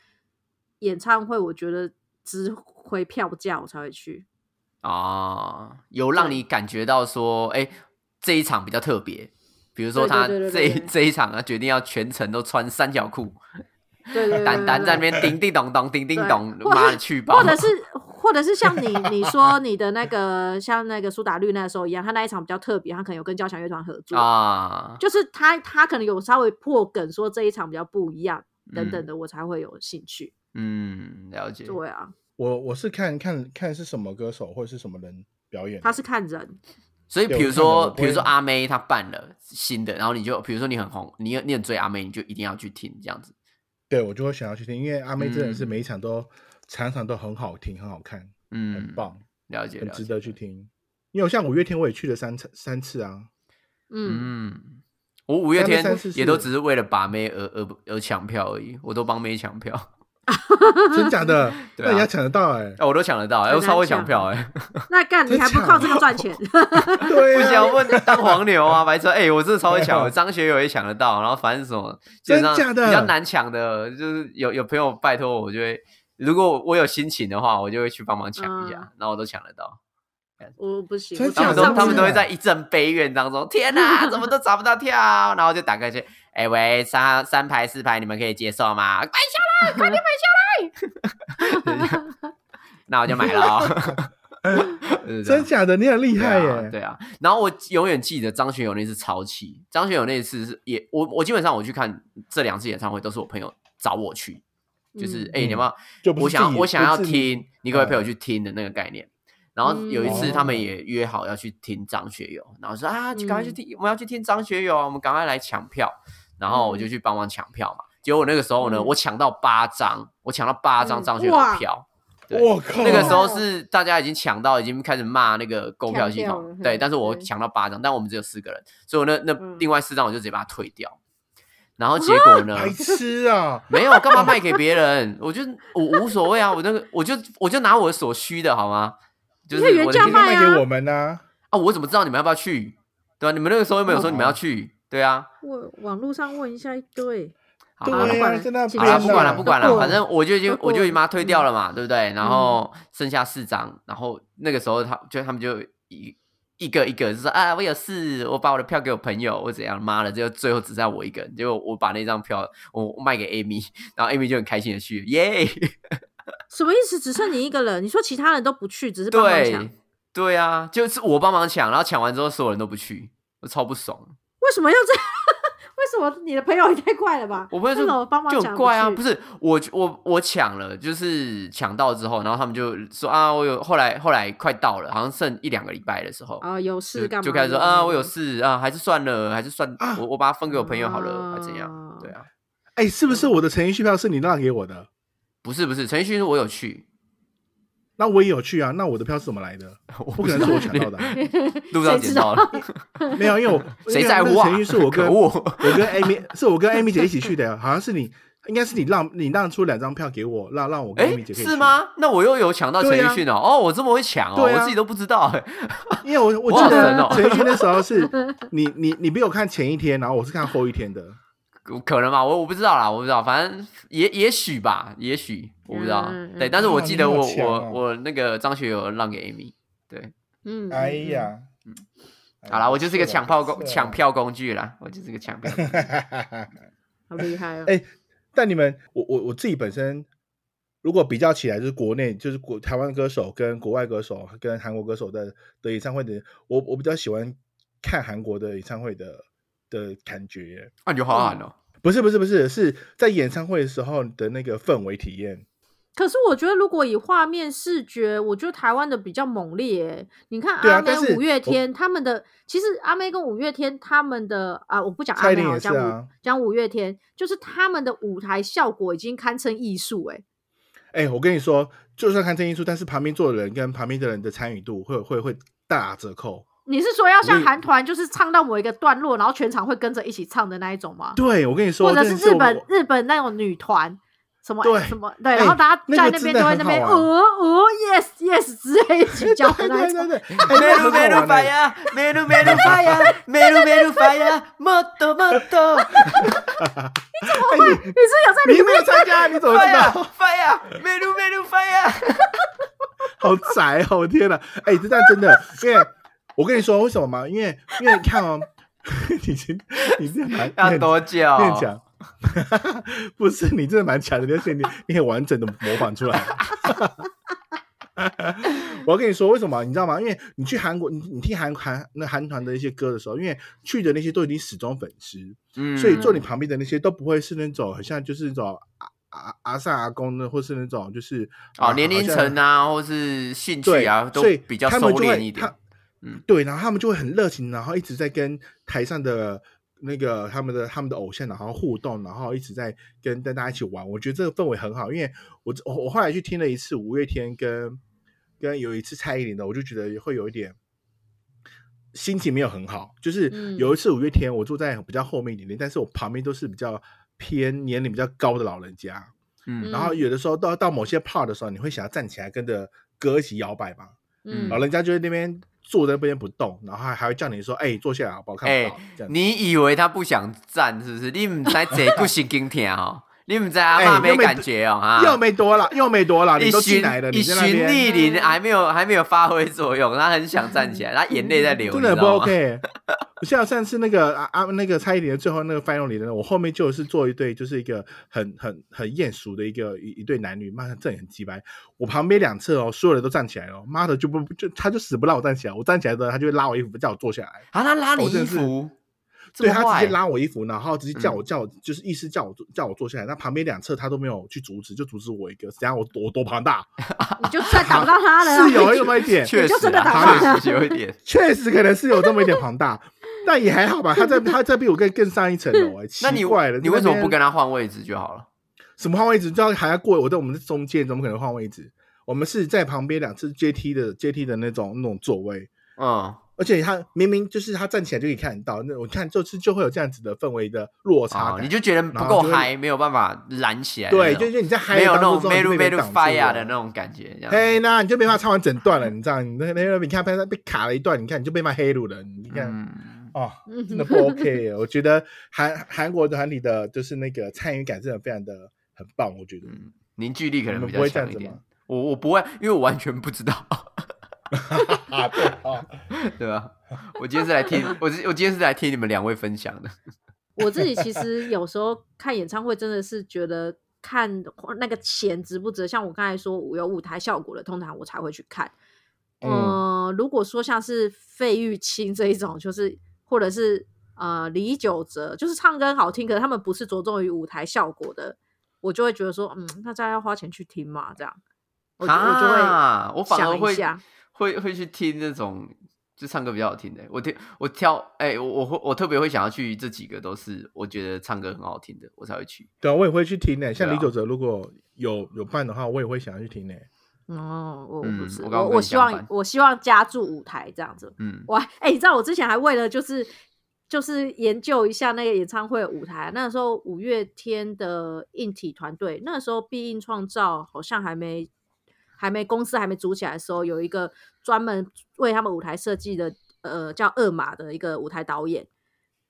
Speaker 2: 演唱会，我觉得值回票价我才会去。
Speaker 3: 啊，有让你感觉到说，哎、这一场比较特别，比如说他
Speaker 2: 对对对
Speaker 3: 这
Speaker 2: 对
Speaker 3: 一
Speaker 2: 对对
Speaker 3: 这一场他决定要全程都穿三角裤，
Speaker 2: 对对对
Speaker 3: 丹丹在那
Speaker 2: 对对
Speaker 3: 边叮叮咚咚，叮叮
Speaker 2: 对
Speaker 3: 咚，
Speaker 2: 或者
Speaker 3: 妈的去吧！
Speaker 2: 或者是或者是像你你说你的那个像那个苏打绿那时候一样，他那一场比较特别，他可能有跟交响乐团合作，
Speaker 3: 啊，
Speaker 2: 就是他他可能有稍微破梗说这一场比较不一样等等
Speaker 3: 嗯
Speaker 2: 的，我才会有兴趣。
Speaker 3: 嗯，了解。
Speaker 2: 对啊，
Speaker 1: 我我是看看看是什么歌手或者是什么人表演的，
Speaker 2: 他是看人，
Speaker 3: 所以
Speaker 1: 对
Speaker 3: 比
Speaker 1: 我看
Speaker 3: 如
Speaker 1: 了
Speaker 3: 说，
Speaker 1: 我不
Speaker 3: 比如
Speaker 1: 会
Speaker 3: 说阿妹她办了新的，然后你就比如说你很红，你你很追阿妹，你就一定要去听这样子。
Speaker 1: 对我就会想要去听，因为阿妹真的是
Speaker 3: 嗯
Speaker 1: 每一场都、场场都很好听，很好看，
Speaker 3: 嗯，
Speaker 1: 很，棒，
Speaker 3: 了解，
Speaker 1: 很
Speaker 3: 了
Speaker 1: 值
Speaker 3: 解。
Speaker 1: 得去听。因为我像五月天，我也去了三次三次
Speaker 3: <laughs>
Speaker 1: 啊，
Speaker 2: 嗯，
Speaker 3: 嗯，我五月天
Speaker 1: 三四四
Speaker 3: 也都只是为了把妹而而而抢票而已，我都帮妹抢票，
Speaker 1: 真假的？
Speaker 3: 对啊
Speaker 1: 那你要抢得到哎、
Speaker 3: 哎、我都抢得到，哎、
Speaker 2: 很
Speaker 3: 我超会
Speaker 2: 难
Speaker 3: 抢
Speaker 2: 抢哦
Speaker 3: 票、
Speaker 1: <laughs>
Speaker 3: 哎，
Speaker 2: 那干你还不靠这个赚钱？
Speaker 3: <laughs>
Speaker 2: <laughs>
Speaker 1: 对
Speaker 3: <laughs> 不
Speaker 1: 啊，
Speaker 3: 想问当黄牛啊，白痴，哎、我真的超会
Speaker 1: <laughs>
Speaker 3: 抢，
Speaker 1: 没
Speaker 3: 我
Speaker 1: 有
Speaker 3: 张学友也抢得到，然后反正什么，基
Speaker 1: 啊真
Speaker 3: 本上
Speaker 1: 假的
Speaker 3: 比较难抢的，就是有有朋友拜托我，我就会，如果我有心情的话，我就会去帮忙抢一下，
Speaker 2: 嗯
Speaker 3: 然后我都抢得到。
Speaker 2: 我不行，
Speaker 1: 真
Speaker 2: 我
Speaker 1: 假
Speaker 2: 像
Speaker 3: 他
Speaker 1: 的
Speaker 3: 们都
Speaker 2: 上
Speaker 3: 他
Speaker 2: 次
Speaker 3: 们都
Speaker 1: 啊
Speaker 2: <laughs>
Speaker 3: 会在一阵悲怨当中，天哪，怎么都找不到票？然后就打开去，哎、喂，三三排四排，你们可以接受
Speaker 2: <laughs>
Speaker 3: 吗？
Speaker 1: <laughs>
Speaker 3: 买下来，快点买下来！那我就买了、哦。 <laughs> 就是这
Speaker 1: 真
Speaker 3: 样
Speaker 1: 假的？你很厉害
Speaker 3: 对啊
Speaker 1: 耶！
Speaker 3: 对啊，然后我永远记得张学友那次超气，张学友那次是也我我基本上我去看这两次演唱会都是我朋友找我去，就是
Speaker 2: 嗯
Speaker 3: 哎、你要不要？
Speaker 1: 就不是
Speaker 3: 我想
Speaker 1: 自
Speaker 3: 要
Speaker 1: 己嗯
Speaker 3: 我想要
Speaker 1: 不是你
Speaker 3: 听，你可不可以陪我去听的那个概念？然后有一次
Speaker 1: 嗯
Speaker 3: 他们也约好要去听张学友，然后说啊，赶快去
Speaker 2: 嗯
Speaker 3: 听，我们要去听张学友啊，我们赶快来抢票。然后我就去帮忙抢票嘛，结果那个时候呢，
Speaker 2: 嗯
Speaker 3: 我抢到八张，我抢到八张
Speaker 2: 嗯
Speaker 3: 张学友的
Speaker 2: 哇
Speaker 3: 票。对
Speaker 1: 我靠，
Speaker 3: 那个
Speaker 2: 嗯
Speaker 3: 时候是大家已经抢到，已经开始骂那个购票系
Speaker 2: 抢票了
Speaker 3: 统
Speaker 2: 嗯，
Speaker 3: 对，但是我
Speaker 2: 对
Speaker 3: 抢到八张，但我们只有四个人，所以我那那
Speaker 2: 嗯
Speaker 3: 另外四张我就直接把它退掉。然后结果呢？
Speaker 1: 白痴
Speaker 3: <laughs>
Speaker 1: 啊！
Speaker 3: 没有，干嘛卖给别人？我就我无所谓啊，我那个我就我就拿我所需的好吗？就是
Speaker 2: 你可以原
Speaker 3: 我的
Speaker 2: 价
Speaker 1: 你就
Speaker 3: 经验
Speaker 2: 卖
Speaker 1: 卖
Speaker 2: 啊
Speaker 1: 给我们呢？
Speaker 3: 啊，我怎么知道你们要不要去？对吧、啊你们那个时候又没
Speaker 2: 嗯
Speaker 3: 有说你们要去，对啊。
Speaker 2: <laughs> 我网络上问一下一堆，
Speaker 3: 好
Speaker 1: 对
Speaker 3: 啦
Speaker 2: 啊不管
Speaker 1: 啊，
Speaker 2: 了
Speaker 1: 在那
Speaker 2: 其
Speaker 1: 边啊
Speaker 2: 实
Speaker 3: 好啦，不管了，不管
Speaker 2: 都
Speaker 3: 了，
Speaker 2: 过了
Speaker 3: 反正我就已经
Speaker 2: 都过
Speaker 3: 我
Speaker 2: 了
Speaker 3: 就已经把它推掉了嘛，对不对？然
Speaker 2: 嗯
Speaker 3: 后剩下四张，然后那个时候他就他们就一一个一个就说啊，我有事，我把我的票给我朋友，我怎样？妈的，就最后只剩下我一个人，结果我把那张票我我卖给 Amy，然后 <laughs> Amy 就很开心的去，耶！
Speaker 2: 什么意思？只剩你一个人，你说其他人都不去，只 <laughs> 是帮忙抢，
Speaker 3: 对对啊，就是我帮忙抢，然后抢完之后所有人都不去，我超不爽。
Speaker 2: 为什么要这样？ <laughs> 为什么你的朋友也太怪了吧？
Speaker 3: 我朋
Speaker 2: 为
Speaker 3: 友
Speaker 2: 什么
Speaker 3: 就
Speaker 2: 帮忙
Speaker 3: 就
Speaker 2: 抢
Speaker 3: 很怪啊，不
Speaker 2: 是
Speaker 3: 是我我我抢了，就是抢到之后，然后他们就说啊，我有后来后来快到了，好像剩一两个礼拜的时候，
Speaker 1: 哦
Speaker 2: 啊、有
Speaker 3: 就
Speaker 2: 事干嘛？
Speaker 3: 就开始说啊，我有事啊，还是算了，还是算、
Speaker 1: 嗯啊
Speaker 3: 我我把它分给我朋友好了，还、怎样？
Speaker 2: 啊 <laughs>
Speaker 3: 对啊，
Speaker 1: 哎，是不是我的诚意续票是你让给我的？
Speaker 3: 不是不是，陈奕迅我有去， <laughs>
Speaker 1: 那我也有去啊，那我的票是怎么来的？
Speaker 3: 我
Speaker 1: 不可能是我抢到的啊，
Speaker 3: <laughs>
Speaker 2: 嗯
Speaker 3: 路上捡到了，
Speaker 1: 没有，因为我
Speaker 3: <laughs> 谁在乎啊？
Speaker 1: 陈奕是我跟
Speaker 3: 可恶，
Speaker 1: 我跟 Amy 是我跟 Amy 姐一起去的，好像是你，应该是你让你让出两张票给我，让让我跟 Amy
Speaker 3: 哎，
Speaker 1: 姐可以去
Speaker 3: 是？吗？那我又有抢到陈
Speaker 1: 对啊
Speaker 3: 奕迅哦，哦，我这么会抢哦，
Speaker 1: 对啊
Speaker 3: 我自己都不知道哎。
Speaker 1: 因为我我
Speaker 3: 哇
Speaker 1: 记
Speaker 3: 神
Speaker 1: 得
Speaker 3: 哦
Speaker 1: 陈奕迅那时候是 <laughs> 你你你比我看前一天，然后我是看后一天的。
Speaker 3: 可能吧，我我不知道啦，我不知道，反正也也许吧，也许我不知道。
Speaker 2: 嗯嗯
Speaker 3: 对，但是我记得我、
Speaker 1: 哇你好强
Speaker 3: 我
Speaker 1: 哦
Speaker 3: 我那个张学友让给 Amy。对，
Speaker 2: 嗯，嗯，
Speaker 1: 哎
Speaker 3: 哎
Speaker 2: 嗯
Speaker 3: 好啦，我就是一个抢票工
Speaker 1: 啊
Speaker 3: 抢。票工具啦，我就是一个抢票工具。
Speaker 1: <laughs>
Speaker 2: 好厉害哦！
Speaker 1: 哎但你们，我我我自己本身，如果比较起来，就是国内就是国台湾歌手跟国外歌手跟韩国歌手的的演唱会的，我我比较喜欢看韩国的演唱会的的感觉耶。
Speaker 3: 啊，你就好喊哦、
Speaker 1: 不是不是不是，是在演唱会的时候的那个氛围体验。
Speaker 2: 可是我觉得，如果以画面视觉，我觉得台湾的比较猛烈耶。你看
Speaker 1: 对啊
Speaker 2: 阿妹
Speaker 1: 但、是
Speaker 2: 五月天他们的，其实阿妹跟五月天他们的啊，我不讲阿
Speaker 1: 蔡依
Speaker 2: 妹
Speaker 1: 林
Speaker 2: 好
Speaker 1: 也
Speaker 2: 了，
Speaker 1: 是
Speaker 2: 讲五
Speaker 1: 啊，
Speaker 2: 讲五月天，就是他们的舞台效果已经堪称艺术哎。
Speaker 1: 哎、我跟你说，就算看这一出，但是旁边坐的人跟旁边的人的参与度会会会大折扣。
Speaker 2: 你是说要像
Speaker 1: 我
Speaker 2: 韩团，就是唱到某一个段落，然后全场会跟着一起唱的那一种吗？
Speaker 1: 对，我跟你说，
Speaker 2: 或者
Speaker 1: 真
Speaker 2: 是
Speaker 1: 的
Speaker 2: 日
Speaker 1: 我
Speaker 2: 本日本那种女团，什么
Speaker 1: 对
Speaker 2: 什么对，
Speaker 1: 哎
Speaker 2: 然后大家
Speaker 1: 那
Speaker 2: 在
Speaker 1: 个
Speaker 2: 那
Speaker 1: 真
Speaker 2: 边
Speaker 1: 的
Speaker 2: 都会
Speaker 1: 很
Speaker 2: 那
Speaker 1: 好
Speaker 2: 边
Speaker 1: 玩
Speaker 2: 哦哦 yes yes 之类一起叫的
Speaker 1: <laughs> 对
Speaker 2: 那
Speaker 1: 对
Speaker 2: 一种
Speaker 1: 对，对，哎那
Speaker 3: メ
Speaker 1: 个
Speaker 3: ル
Speaker 1: 很
Speaker 3: メル
Speaker 1: 好玩欸
Speaker 2: <laughs>
Speaker 3: ファイヤー、メルメルファイヤー、メルメルファイヤー、もっともっと、
Speaker 1: 哎
Speaker 2: 你是有在
Speaker 1: 你
Speaker 2: 里
Speaker 1: 你没
Speaker 2: 面
Speaker 1: 有参加，你怎
Speaker 3: フ
Speaker 1: 么
Speaker 3: ァイ
Speaker 1: 知
Speaker 2: 啊
Speaker 3: ヤー、
Speaker 1: 道？
Speaker 3: ファイヤー、メルメルファイヤー。
Speaker 1: 好宅哦！我天哪，哎、这但真的，因为我跟你说为什么吗？因为因为你看哦， <laughs> 你真你真的蛮
Speaker 3: 要
Speaker 1: 蛮
Speaker 3: 多哦久？
Speaker 1: 蛮强， <laughs> 不是你真的蛮强的，而且你你很完整的模仿出来。 <laughs> 我要跟你说为什么，你知道吗？因为你去韩国，你你听韩韩那韩团的一些歌的时候，因为去的那些都已经死忠粉丝，
Speaker 3: 嗯
Speaker 1: 所以坐你旁边的那些都不会是那种很像就是那种阿阿阿萨阿公的，或是那种就是
Speaker 3: 哦，年龄层
Speaker 1: 啊
Speaker 3: 啊，或是兴
Speaker 1: 好像，
Speaker 3: 趣啊，都
Speaker 1: 对，所以
Speaker 3: 比较
Speaker 1: 他
Speaker 3: 收
Speaker 1: 们就
Speaker 3: 敛
Speaker 1: 会
Speaker 3: 一点
Speaker 1: 他。
Speaker 3: 嗯
Speaker 1: 对，然后他们就会很热情，然后一直在跟台上的那个他们的他们的偶像，然后互动，然后一直在跟跟大家一起玩。我觉得这个氛围很好，因为我我我后来去听了一次五月天跟跟有一次蔡依林的，我就觉得会有一点。心情没有很好，就是
Speaker 2: 嗯
Speaker 1: 有一次五月天，我坐在比较后面一点点，但是我旁边都是比较偏年龄比较高的老人家，
Speaker 3: 嗯
Speaker 1: 然后有的时候到到某些 part 的时候，你会想要站起来跟着歌一起摇摆嘛，
Speaker 3: 嗯
Speaker 1: 老人家就在那边坐在那边不动，然后还还会叫你说：“哎、坐下来好不好？看不
Speaker 3: 哎
Speaker 1: 到。这样子
Speaker 3: 你以为他不想站是不是？你唔知坐骨神经疼哦，你们在阿妈
Speaker 1: 哎又没
Speaker 3: 感觉哦哈，
Speaker 1: 又没多了，又没多了，啊你
Speaker 3: 一
Speaker 1: 都进
Speaker 3: 巡
Speaker 1: 来了，
Speaker 3: 一
Speaker 1: 你在
Speaker 3: 巡
Speaker 1: 那边
Speaker 3: 逆鳞还没有还没有发挥作用，他很想站起来，他眼泪在流，
Speaker 1: 真
Speaker 3: 你
Speaker 1: 的
Speaker 3: 知
Speaker 1: 很不
Speaker 3: 道吗？
Speaker 1: OK。我 <laughs> 像上次那个啊啊，那个蔡依林的最后那个 final 里的，我后面就是做一对，就是一个很很很艳俗的一个一一对男女，妈的，这也很鸡掰。我旁边两侧哦，所有人都站起来了，妈的就不就他就死不让我站起来，我站起来的他就会拉我衣服叫我坐下来，
Speaker 3: 啊，他拉你
Speaker 1: 我真
Speaker 3: 衣
Speaker 1: 的是
Speaker 3: 服，这
Speaker 1: 对
Speaker 3: 么
Speaker 1: 他直
Speaker 3: 坏
Speaker 1: 接拉我衣服，然后直接叫我
Speaker 3: 嗯
Speaker 1: 叫我就是意思叫我坐叫我坐下来，那旁边两侧他都没有去阻止，就阻止我一个，怎样我多我多庞
Speaker 3: <laughs>
Speaker 1: 大，
Speaker 2: 你就再打不到他了啊。
Speaker 1: 是有一个一点，
Speaker 3: 确
Speaker 2: 你就
Speaker 3: 实
Speaker 2: 真的打
Speaker 1: 他
Speaker 3: 啊，确实有一点。
Speaker 1: <laughs> 确实可能是有这么一点庞大，但也还好吧。他在他在比我更更上一层
Speaker 3: <laughs>
Speaker 1: 楼哎、奇
Speaker 3: 那你
Speaker 1: 怪了，
Speaker 3: 你为什么不
Speaker 1: 敢？
Speaker 3: 跟他换位置就好了？
Speaker 1: 什么换位置？就要还要过我在我们的中间，怎么可能换位置？我们是在旁边两次阶梯的阶梯的那种那种座位，
Speaker 3: 嗯，
Speaker 1: 而且他明明就是他站起来就可以看得到，那我看这次就会有这样子的氛围的落差
Speaker 3: 哦
Speaker 1: 感，，
Speaker 3: 你就觉得不
Speaker 1: 然
Speaker 3: 够
Speaker 1: 后就会
Speaker 3: 嗨，没有办法燃起来的哎
Speaker 1: 对，
Speaker 3: 那种，
Speaker 1: 就是你在嗨
Speaker 3: 没有
Speaker 1: 的
Speaker 3: 那
Speaker 1: 当
Speaker 3: 种
Speaker 1: 中，你
Speaker 3: Meru
Speaker 1: 就被
Speaker 3: Meru
Speaker 1: 人挡住
Speaker 3: Fire
Speaker 1: 了
Speaker 3: 的那种感觉，这样子。
Speaker 1: 嘿，那你就被骂唱完整段了，你知道？你那那那你看被被卡了一段，你看你就被骂黑路了，你看。
Speaker 3: 嗯，
Speaker 1: 哦，
Speaker 2: <laughs> 嗯
Speaker 1: 真的不 OK 耶！我觉得韩韩国团体的就是那个参与感真的非常的很棒，我觉得。
Speaker 3: 嗯凝聚力可
Speaker 1: 你
Speaker 3: 能
Speaker 1: 们
Speaker 3: 比
Speaker 1: 不
Speaker 3: 较
Speaker 1: 会这样
Speaker 3: 强一
Speaker 1: 子
Speaker 3: 点
Speaker 1: 吗。
Speaker 3: 我我不会，因为我完全不知道， <laughs>
Speaker 1: 啊，对哦，
Speaker 3: 对吧？我今天是来听，我是我今天是来听你们两位分享的。
Speaker 2: 我自己其实有时候看演唱会真的是觉得看那个钱值不值得，像我刚才说我有舞台效果的，通常我才会去看。嗯、如果说像是费玉清这一种，就是或者是呃李玖哲，就是唱歌好听，可是他们不是着重于舞台效果的，我就会觉得说，嗯，那大家要花钱去听嘛，这样我就、我就会
Speaker 3: 啊，我反而
Speaker 2: 想一
Speaker 3: 会
Speaker 2: 下
Speaker 3: 会会去听那种就唱歌比较好听的。我听我挑，哎、我我会我特别会想要去这几个都是我觉得唱歌很好听的，我才会去。
Speaker 1: 对啊，我也会去听呢。像
Speaker 3: 对啊
Speaker 1: 李玖哲如果有有办的话，我也会想要去听呢。嗯
Speaker 2: 哦，我我
Speaker 3: 嗯
Speaker 2: 不是、
Speaker 3: 我刚
Speaker 2: 我
Speaker 3: 刚跟你
Speaker 2: 希
Speaker 3: 相
Speaker 2: 望
Speaker 3: 反
Speaker 2: 我希望加注舞台这样子，
Speaker 3: 嗯，
Speaker 2: 我还哎、你知道我之前还为了就是就是研究一下那个演唱会舞台，啊那时候五月天的硬体团队，那时候必应创造好像还没还没公司还没组起来的时候，有一个专门为他们舞台设计的呃叫二马的一个舞台导演，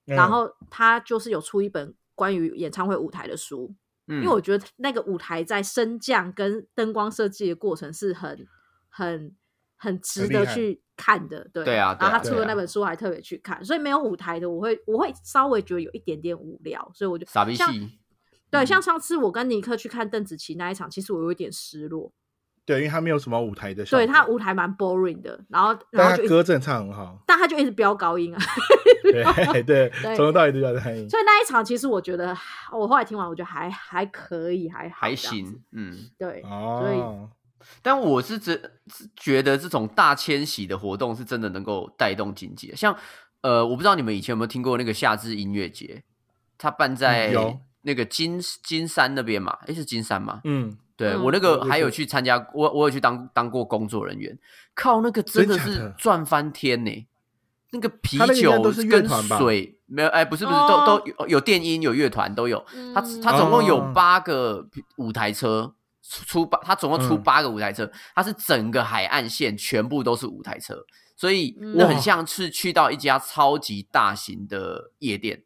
Speaker 2: 然
Speaker 1: 嗯
Speaker 2: 后他就是有出一本关于演唱会舞台的书，
Speaker 3: 因
Speaker 2: 因为我觉得那个舞台在升降跟灯光设计的过程是很很很值
Speaker 1: 很厉
Speaker 2: 得
Speaker 1: 害
Speaker 2: 去看的，对
Speaker 3: 对啊对
Speaker 2: 然后
Speaker 3: 啊
Speaker 2: 他出
Speaker 1: 对啊
Speaker 2: 的那本书我还特别去看，所以没有舞台的，我会我会稍微觉得有一点点无聊，所以我就
Speaker 3: 傻逼
Speaker 2: 像
Speaker 3: 戏，
Speaker 2: 对，
Speaker 3: 嗯
Speaker 2: 像上次我跟尼克去看邓紫棋那一场，其实我有一点失落，
Speaker 1: 对，因为他没有什么舞台的效果，
Speaker 2: 对他舞台蛮 boring 的，然后然
Speaker 1: 但
Speaker 2: 后
Speaker 1: 他
Speaker 2: 就一
Speaker 1: 歌
Speaker 2: 直。
Speaker 1: 真的唱很好
Speaker 2: <laughs> 但他就一直飙高音啊，
Speaker 1: 对对，
Speaker 2: 对
Speaker 1: 从头到尾都叫他音。
Speaker 2: 所以那一场其实我觉得我后来听完，我觉得还还可以，还好
Speaker 3: 还
Speaker 2: 这样子
Speaker 3: 行，，嗯。
Speaker 2: 对，所以
Speaker 1: 哦，
Speaker 3: 但我是觉是觉得这种大迁徙的活动是真的能够带动经济的，像呃，我不知道你们以前有没有听过那个夏至音乐节，它办在
Speaker 1: 嗯有
Speaker 3: 那个金金山那边嘛？诶，是金山吗？
Speaker 1: 嗯，
Speaker 3: 对、
Speaker 2: 嗯
Speaker 3: 我那个
Speaker 1: 我也
Speaker 3: 还有
Speaker 1: 是
Speaker 3: 去参加，我我有去当当过工作人员，靠那个真的
Speaker 1: 真假的
Speaker 3: 是赚翻天呢、那个啤
Speaker 1: 他那个应该
Speaker 3: 酒
Speaker 1: 都是乐
Speaker 3: 跟
Speaker 1: 团吧
Speaker 3: 水没有，哎，不是不是，
Speaker 2: 哦
Speaker 3: 都都有有电音有乐团都有。他他
Speaker 1: 嗯
Speaker 3: 总共有
Speaker 1: 哦
Speaker 3: 八个舞台车出出八，他总共出
Speaker 1: 嗯
Speaker 3: 八个舞台车，他是整个海岸线全部都是舞台车，所以
Speaker 1: 嗯
Speaker 3: 那
Speaker 2: 哇
Speaker 3: 很像是去到一家超级大型的夜店，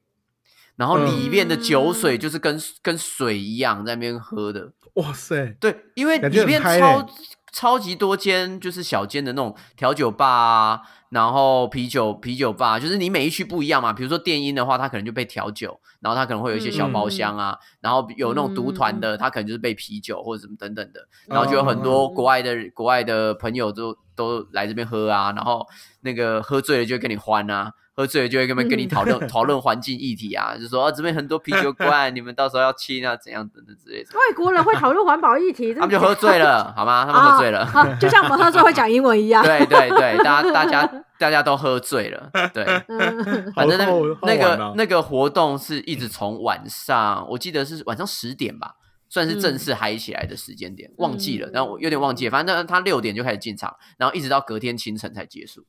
Speaker 3: 然后里面的酒水
Speaker 2: 嗯
Speaker 3: 就是跟跟水一样在那边喝的，
Speaker 1: 哇塞，
Speaker 3: 对，因为
Speaker 1: 感
Speaker 3: 里
Speaker 1: 觉
Speaker 3: 面
Speaker 1: 很嗨
Speaker 3: 超
Speaker 1: 欸
Speaker 3: 超级多间，就是小间的那种调酒吧啊，然后啤酒啤酒吧，就是你每一区不一样嘛。比如说电音的话，它可能就被调酒，然后它可能会有一些小包厢啊，然后有那种独团的，它可能就是被啤酒或者什么等等的，然后就有很多
Speaker 2: 嗯
Speaker 3: 国外的、国外的朋友都都来这边喝啊，然后那个喝醉了就会跟你欢啊。喝醉了就会跟跟你讨论讨论环境议题啊，就说啊这边很多啤酒罐，你们到时候要清啊怎样等等之类的。
Speaker 2: 外国人会讨论环保议题，
Speaker 3: 他们
Speaker 2: 真的
Speaker 3: 就喝醉了，好吗？他们喝醉了。
Speaker 2: 啊，就像我们喝醉会讲英文一样。
Speaker 3: <laughs> 对对对，大家大家大家都喝醉了，对，
Speaker 2: 嗯，
Speaker 3: 反正那
Speaker 1: 好好好玩
Speaker 3: 那个
Speaker 1: 哦
Speaker 3: 那个活动是一直从晚上，我记得是晚上十点吧，算是
Speaker 2: 嗯
Speaker 3: 正式嗨起来的时间点，忘记了，但我有点忘记了，反正他六点就开始进场，然后一直到隔天清晨才结束，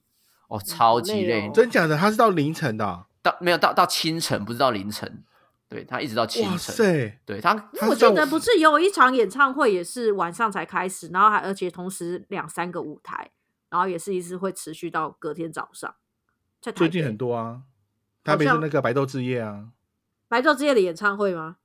Speaker 3: 哦，超级
Speaker 2: 好累
Speaker 3: 累
Speaker 2: 哦，
Speaker 1: 真假的，他是到凌晨的啊，
Speaker 3: 到没有到到清晨，不是到凌晨，对他一直到清
Speaker 1: 哇
Speaker 3: 晨，
Speaker 1: 塞，
Speaker 3: 对他
Speaker 1: 他
Speaker 2: 我
Speaker 1: 是到
Speaker 2: 记得不是有一场演唱会也是晚上才开始，然后还而且同时两三个舞台，然后也是一直会持续到隔天早上。在台
Speaker 1: 最
Speaker 2: 北
Speaker 1: 近很多啊，
Speaker 2: 好
Speaker 1: 他没是
Speaker 2: 像
Speaker 1: 那个白昼之夜啊，
Speaker 2: 白昼之夜的演唱会吗？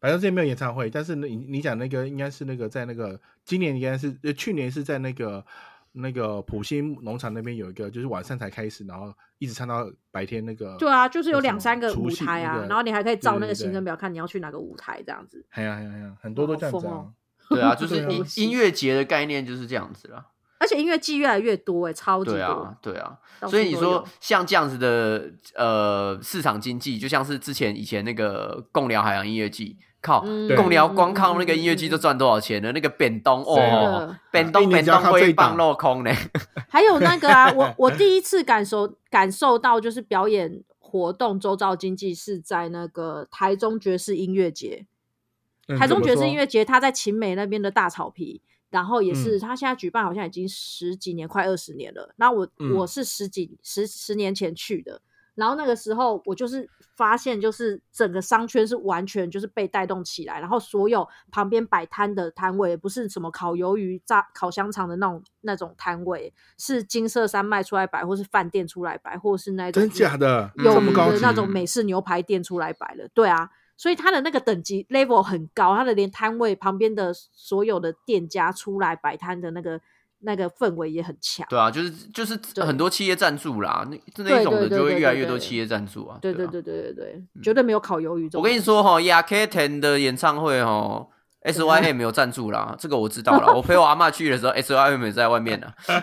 Speaker 1: 百乐之前没有演唱会，但是你你讲那个应该是那个在那个今年应该是呃去年是在那个那个普星农场那边有一个，就是晚上才开始，然后一直唱到白天那个。
Speaker 2: 对啊，就是有
Speaker 1: 那什
Speaker 2: 两
Speaker 1: 么
Speaker 2: 三个
Speaker 1: 除
Speaker 2: 舞
Speaker 1: 夕
Speaker 2: 台
Speaker 1: 那
Speaker 2: 啊
Speaker 1: 个，
Speaker 2: 然后你还可以照
Speaker 1: 对
Speaker 2: 那个
Speaker 1: 对
Speaker 2: 行
Speaker 1: 对
Speaker 2: 程表看你要去哪个舞台这样子。
Speaker 1: 哎呀哎呀哎呀，很多都
Speaker 2: 好
Speaker 1: 这样
Speaker 2: 疯
Speaker 1: 子啊。
Speaker 2: 哦
Speaker 3: 对
Speaker 2: <laughs>
Speaker 3: 啊，就是
Speaker 1: 对啊
Speaker 3: 音音乐节的概念就是这样子啦。
Speaker 2: 而且音乐季越来越多哎、超级
Speaker 3: 对
Speaker 2: 多。
Speaker 3: 啊，对啊，
Speaker 2: 到
Speaker 3: 所以
Speaker 2: 处
Speaker 3: 你
Speaker 2: 都
Speaker 3: 说
Speaker 2: 有
Speaker 3: 像这样子的呃市场经济，就像是之前以前那个共寮海洋音乐季，靠
Speaker 2: 嗯
Speaker 1: 对
Speaker 3: 共寮
Speaker 2: 嗯
Speaker 3: 光
Speaker 2: 嗯
Speaker 3: 靠那个
Speaker 2: 嗯
Speaker 3: 音乐季
Speaker 2: 嗯
Speaker 3: 都赚多少钱了？那个扁东
Speaker 1: 真的
Speaker 3: 哦，扁
Speaker 1: 一
Speaker 3: 东
Speaker 1: 年啊哎
Speaker 3: 扁
Speaker 1: 只要
Speaker 3: 东
Speaker 1: 靠这
Speaker 3: 会
Speaker 1: 一档
Speaker 3: 棒落空呢。 <laughs>
Speaker 2: 还有那个啊，我我第一次感受感受到就是表演活动周遭经济是在那个台中爵士音乐节，
Speaker 1: 嗯
Speaker 2: 台
Speaker 1: 怎
Speaker 2: 中
Speaker 1: 么
Speaker 2: 爵士
Speaker 1: 说
Speaker 2: 音乐节它在秦美那边的大草皮。然后也是，
Speaker 1: 嗯
Speaker 2: 它现在举办好像已经十几年，快二十年了。那我、
Speaker 1: 嗯
Speaker 2: 我是十几十十年前去的，然后那个时候我就是发现，就是整个商圈是完全就是被带动起来，然后所有旁边摆摊的摊位，不是什么烤鱿鱼、炸烤香肠的那种那种摊位，是金色山脉出来摆，或是饭店出来摆，或是那种
Speaker 1: 真假的
Speaker 2: 有
Speaker 1: 这
Speaker 2: 名
Speaker 1: 么高
Speaker 2: 的
Speaker 1: 级
Speaker 2: 那种美式牛排店出来摆了。对啊，所以它的那个等级 level 很高，它的连摊位旁边的所有的店家出来摆摊的那个那个氛围也很强。
Speaker 3: 对啊，就是就是
Speaker 2: 对
Speaker 3: 很多企业赞助啦，那那一
Speaker 2: 对
Speaker 3: 种的
Speaker 2: 对对
Speaker 3: 就会
Speaker 2: 对
Speaker 3: 越来
Speaker 2: 对
Speaker 3: 越多
Speaker 2: 对
Speaker 3: 企业赞助啊。
Speaker 2: 对对
Speaker 3: 啊
Speaker 2: 对对对对，绝对没有烤鱿鱼这种。
Speaker 3: 我跟你说哈、雅 k t e n 的演唱
Speaker 2: <laughs>
Speaker 3: 会哦 s
Speaker 2: 怎
Speaker 3: y
Speaker 2: 样
Speaker 3: m 没有赞助啦，这个我知道啦。我陪我阿嬷去的时候，SYM 也在外
Speaker 2: <laughs>
Speaker 3: 面呢、啊，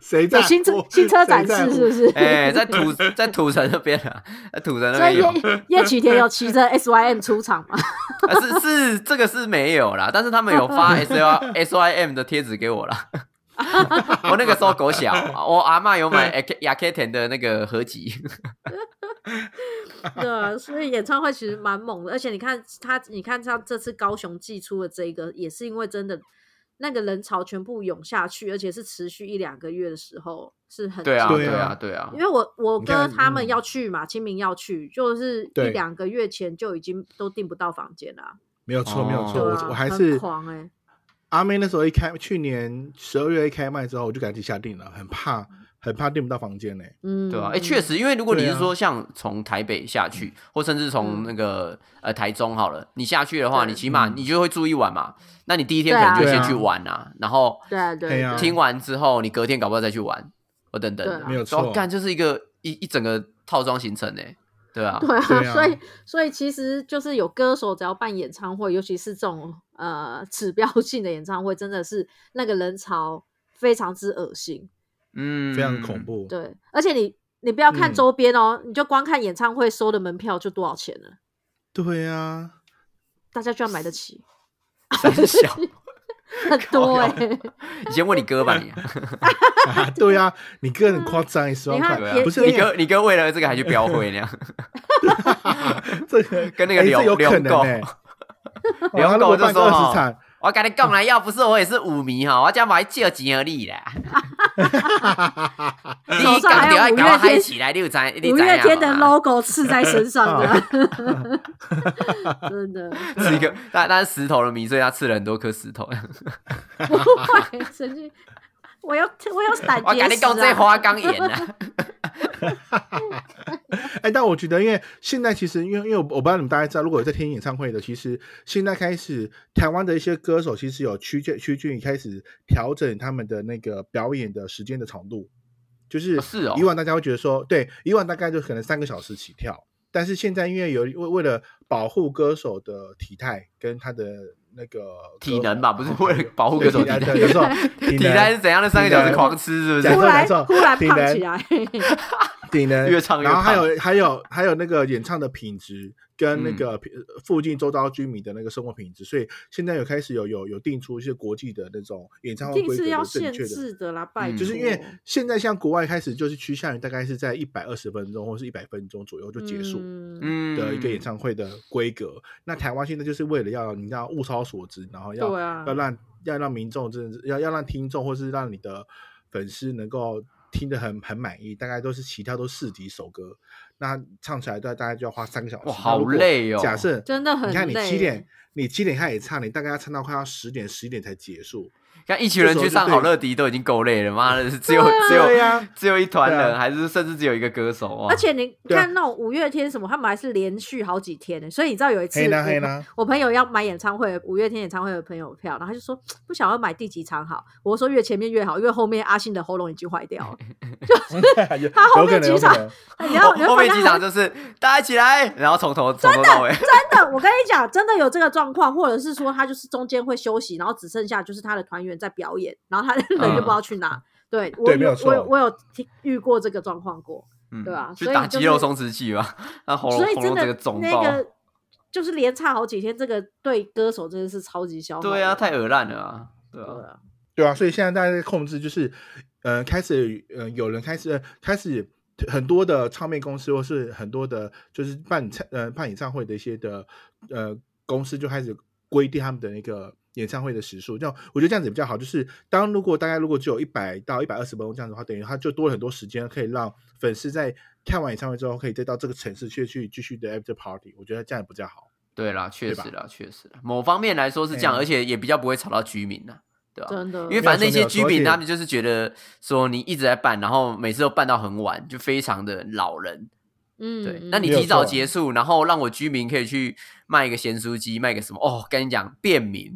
Speaker 1: 谁在
Speaker 2: 有
Speaker 1: <laughs>
Speaker 2: 新车
Speaker 1: 乎
Speaker 2: 新车
Speaker 1: 谁
Speaker 2: 展
Speaker 1: 在
Speaker 2: 示
Speaker 1: 乎
Speaker 2: 是不是？
Speaker 3: 哎、在土在土城那边啊，在土城
Speaker 2: <laughs>
Speaker 3: 那
Speaker 2: 所
Speaker 3: 边
Speaker 2: 以
Speaker 3: 有，
Speaker 2: 叶叶启田有骑着 S Y M 出场嘛？
Speaker 3: 啊、是是这个是没有啦，但是他们有发 S Y S Y M 的贴纸给我啦。 <laughs> 我那个时候狗小，啊我阿嬷有买雅 k t e n 的那个合集，
Speaker 2: 对啊，所以演唱会其实蛮猛的，而且你看他，你看他这次高雄寄出的这一个，也是因为真的那个人潮全部涌下去，而且是持续一两个月的时候是很
Speaker 3: 对啊
Speaker 2: 紧
Speaker 1: 对
Speaker 3: <laughs> 对
Speaker 1: 啊
Speaker 3: 啊对啊
Speaker 2: 因，为我我
Speaker 1: 你
Speaker 2: 哥
Speaker 1: 看
Speaker 2: 他们
Speaker 1: 嗯
Speaker 2: 要去嘛，清明要去，就是一
Speaker 1: 对
Speaker 2: 两个月前就已经都订不到房间了啊，
Speaker 1: 没有错，没有
Speaker 3: 哦
Speaker 1: 错，
Speaker 2: 对
Speaker 1: 我
Speaker 2: 啊
Speaker 1: 我还
Speaker 2: 很
Speaker 1: 是
Speaker 2: 狂欸
Speaker 1: 阿妹那时候一开，去年十二月一开卖之后，我就赶紧下定了，很怕很怕订不到房间呢、
Speaker 2: 嗯，
Speaker 3: 对啊，哎、确实，因为如果你
Speaker 1: 对啊
Speaker 3: 是说像从台北下去，或甚至
Speaker 2: 嗯
Speaker 3: 从那个呃台中好了，你下去的话，
Speaker 2: 对
Speaker 3: 你起码
Speaker 1: 嗯
Speaker 3: 你就会住一晚嘛。那你第一天
Speaker 2: 对
Speaker 3: 可
Speaker 2: 啊
Speaker 3: 能就先
Speaker 1: 对啊
Speaker 3: 去玩啊，然后
Speaker 2: 对啊对
Speaker 1: 对啊
Speaker 3: 听完之后，你隔天搞不好再去玩，我等等
Speaker 2: 对
Speaker 3: 的，
Speaker 2: 啊
Speaker 1: 没有
Speaker 3: 所以
Speaker 1: 错
Speaker 3: 干就是一个一一整个套装行程呢，对
Speaker 2: <laughs>
Speaker 3: 啊，
Speaker 2: 对
Speaker 1: 对
Speaker 2: 啊，
Speaker 1: 啊
Speaker 2: 所以所以其实就是有歌手只要办演唱会，尤其是这种呃 <laughs> 指标性的演唱会，真的是那个人潮非常之恶心。
Speaker 3: 嗯，
Speaker 1: 非常恐。怖。
Speaker 2: 对，而且你你不要看
Speaker 1: 嗯
Speaker 2: 周边哦，你就光看演唱会收的门票就多少钱了，
Speaker 1: 对啊，
Speaker 2: 大家居然买得
Speaker 3: <laughs>
Speaker 2: 起，
Speaker 3: <laughs> 三小，
Speaker 2: 很多哎、
Speaker 3: 你先问你哥吧
Speaker 1: <laughs>
Speaker 3: 你，
Speaker 1: 啊对啊，你哥很夸张，十万
Speaker 2: 你看
Speaker 1: 块，
Speaker 3: 对
Speaker 2: 也
Speaker 3: 啊，
Speaker 1: 不是
Speaker 3: 你
Speaker 1: 那个
Speaker 3: 哥你哥为了这个还去标会那
Speaker 1: <laughs>
Speaker 3: 样，
Speaker 1: 这个
Speaker 3: 跟那个
Speaker 1: 哎
Speaker 3: 流
Speaker 1: 这有可
Speaker 3: 流
Speaker 1: 能
Speaker 3: 狗
Speaker 1: <laughs> 哎、
Speaker 3: 流
Speaker 1: 然后如
Speaker 3: 狗
Speaker 1: 果
Speaker 3: 就
Speaker 1: 办
Speaker 3: 说
Speaker 1: 二
Speaker 3: 哦
Speaker 1: 十场，
Speaker 3: 我跟你讲啦，要不是我也是舞迷哈，我将买借钱而
Speaker 1: <laughs>
Speaker 3: 你啦。你
Speaker 2: 手上
Speaker 3: 讲
Speaker 2: 还有
Speaker 3: 掉要
Speaker 2: 五月
Speaker 3: 搞我嗨
Speaker 2: 天
Speaker 3: 起来，你有知 <laughs> 你知
Speaker 2: 五月天的
Speaker 3: 影吗
Speaker 2: logo 刺在身上
Speaker 3: <laughs>
Speaker 2: 的，真的
Speaker 3: 是一个，但但是石头的迷，所以他吃了很多颗石头。 <laughs>
Speaker 2: 不会神经。我有我
Speaker 3: <laughs>
Speaker 2: 有胆
Speaker 3: 我
Speaker 2: 结
Speaker 3: 跟你
Speaker 2: 石、啊
Speaker 3: 讲，，这花岗岩啊，
Speaker 1: 哎，但我觉得，因为现在其实，因为因为我我不知道你们大家知道，如果有在听演唱会的，其实现在开始，台湾的一些歌手其实有趋近趋近于开始调整他们的那个表演的时间的长度，就是
Speaker 3: 哦是哦
Speaker 1: 以往大家会觉得说，对，以往大概就可能三个小时起跳，但是现在因为有为为了保护歌手的体态跟他的那个
Speaker 3: <laughs> 体
Speaker 1: 歌
Speaker 3: 能吧，不是为了保护
Speaker 1: 对
Speaker 3: 歌手
Speaker 1: 体
Speaker 3: 体
Speaker 1: 态，
Speaker 3: 态。
Speaker 1: 对没
Speaker 3: <laughs>
Speaker 1: 错
Speaker 3: 体
Speaker 1: 能
Speaker 3: 态是怎样的？三个小时狂吃是不
Speaker 1: 假设来
Speaker 2: 忽然
Speaker 3: 是？<laughs>
Speaker 1: 说
Speaker 2: 忽然
Speaker 1: 挺
Speaker 2: 胖
Speaker 1: 难
Speaker 2: 起来，
Speaker 1: 体能
Speaker 3: 越唱越
Speaker 1: 然后还
Speaker 3: 胖
Speaker 1: 有还有还有那个演唱的品质跟那
Speaker 3: 嗯
Speaker 1: 个平附近周遭居民的那个生活品质，所以现在有开始有有有定出一些国际的那种演唱
Speaker 2: 一
Speaker 1: 会
Speaker 2: 定
Speaker 1: 规
Speaker 2: 是
Speaker 1: 格
Speaker 2: 要
Speaker 1: 的正
Speaker 2: 限
Speaker 1: 确的。
Speaker 2: 制哦的啦，拜
Speaker 3: 嗯
Speaker 2: 托。
Speaker 1: 就是因为现在像国外开始就是趋向于大概是在一百二十分钟或是一百分钟左右就结束
Speaker 2: 嗯，
Speaker 3: 嗯
Speaker 1: 的一个演唱会的规格。那台湾现在就是为了要你知道物超所值，然后要、
Speaker 2: 对啊
Speaker 1: 要让要让民众真的是要要让听众或是让你的粉丝能够听得很很满意，大概都是起跳都四几首歌，那唱起来大大概就要花三个小时，
Speaker 3: 哇
Speaker 1: 那
Speaker 3: 好
Speaker 1: 如果
Speaker 3: 累哦
Speaker 1: 假设
Speaker 2: 真的很
Speaker 1: 你看你
Speaker 2: 累
Speaker 1: 七点你七点开始唱，你大概要唱到快要十点十一点才结束。
Speaker 3: 像一群人去上好乐迪都已经够累了，妈的，只有
Speaker 2: 啊
Speaker 3: 只
Speaker 1: 对
Speaker 3: 有
Speaker 1: 呀，
Speaker 3: 只有一团
Speaker 1: 对
Speaker 3: 人，
Speaker 1: 啊
Speaker 3: 还是甚至只有一个歌手哇
Speaker 2: 而且你
Speaker 1: 对啊
Speaker 2: 看那种五月天什么，他们还是连续好几天的，所以你知道有一次
Speaker 1: 黑啦
Speaker 2: 我
Speaker 1: 黑啦，
Speaker 2: 我朋友要买演唱会，五月天演唱会的朋友票，然后他就说不想要买第几场好，我说越前面越好，因为后面阿信的喉咙已经坏掉了，
Speaker 1: 有
Speaker 2: <laughs> 他后
Speaker 1: 有可
Speaker 2: 面
Speaker 1: 能有
Speaker 2: 几
Speaker 1: 可
Speaker 2: 场
Speaker 1: 能，
Speaker 2: 你要你
Speaker 3: 后
Speaker 2: 要
Speaker 3: 后
Speaker 2: 发
Speaker 3: 面
Speaker 2: 现
Speaker 3: 几
Speaker 2: 他
Speaker 3: 场就是大家一起来，然后从头从头到尾，
Speaker 2: 真的，我跟你讲，真的有这个状况，或者是说他就是中间会休息，然后只剩下就是他的团员在表演，然后他的人
Speaker 3: 嗯
Speaker 2: 就不知道去哪。对我
Speaker 1: 对没有
Speaker 2: 有我
Speaker 1: 错
Speaker 2: 有我有听遇过这个状况过，
Speaker 3: 嗯
Speaker 2: 对啊
Speaker 3: 去
Speaker 2: 所以
Speaker 3: 打
Speaker 2: 就
Speaker 3: 肌肉
Speaker 2: 是
Speaker 3: 松弛器吧， <laughs> 那喉咙
Speaker 2: 所以
Speaker 3: 喉
Speaker 2: 真
Speaker 3: 咙
Speaker 2: 的
Speaker 3: 这个肿
Speaker 2: 那
Speaker 3: 爆，
Speaker 2: 个就是连差好几天，这个对歌手真的是超级消耗的。
Speaker 3: 对啊，太恶烂了啊，对
Speaker 2: 对
Speaker 3: 啊，
Speaker 2: 啊，
Speaker 1: 对啊，所以现在大家在控制就是，呃，开始呃有人开始、呃开始很多的唱片公司或是很多的就是办唱呃办演唱会的一些的呃公司就开始规定他们的那个演唱会的时数，这样我觉得这样子比较好。就是当如果大家如果只有一百到一百二十分钟这样子的话，等于他就多了很多时间可以让粉丝在看完演唱会之后，可以再到这个城市去去继续的 after party，我觉得这样比较好。
Speaker 3: 对啦，确
Speaker 1: 对吧
Speaker 3: 实啦，确实啦，某方面来说是这样，
Speaker 1: 哎呀
Speaker 3: 而且也比较不会吵到居民呐，对吧？
Speaker 2: 真的，
Speaker 3: 因为反正那
Speaker 1: 没
Speaker 3: 些
Speaker 1: 有错没有
Speaker 3: 居
Speaker 1: 错而
Speaker 3: 民
Speaker 1: 且
Speaker 3: 他们就是觉得说你一直在办，然后每次都办到很晚，就非常的老人。
Speaker 2: 嗯，
Speaker 3: 对，
Speaker 2: 嗯
Speaker 3: 那你
Speaker 1: 没有
Speaker 3: 提早
Speaker 1: 错
Speaker 3: 结束，然后让我居民可以去卖一个咸酥鸡，卖个什么？哦，跟你讲，便民，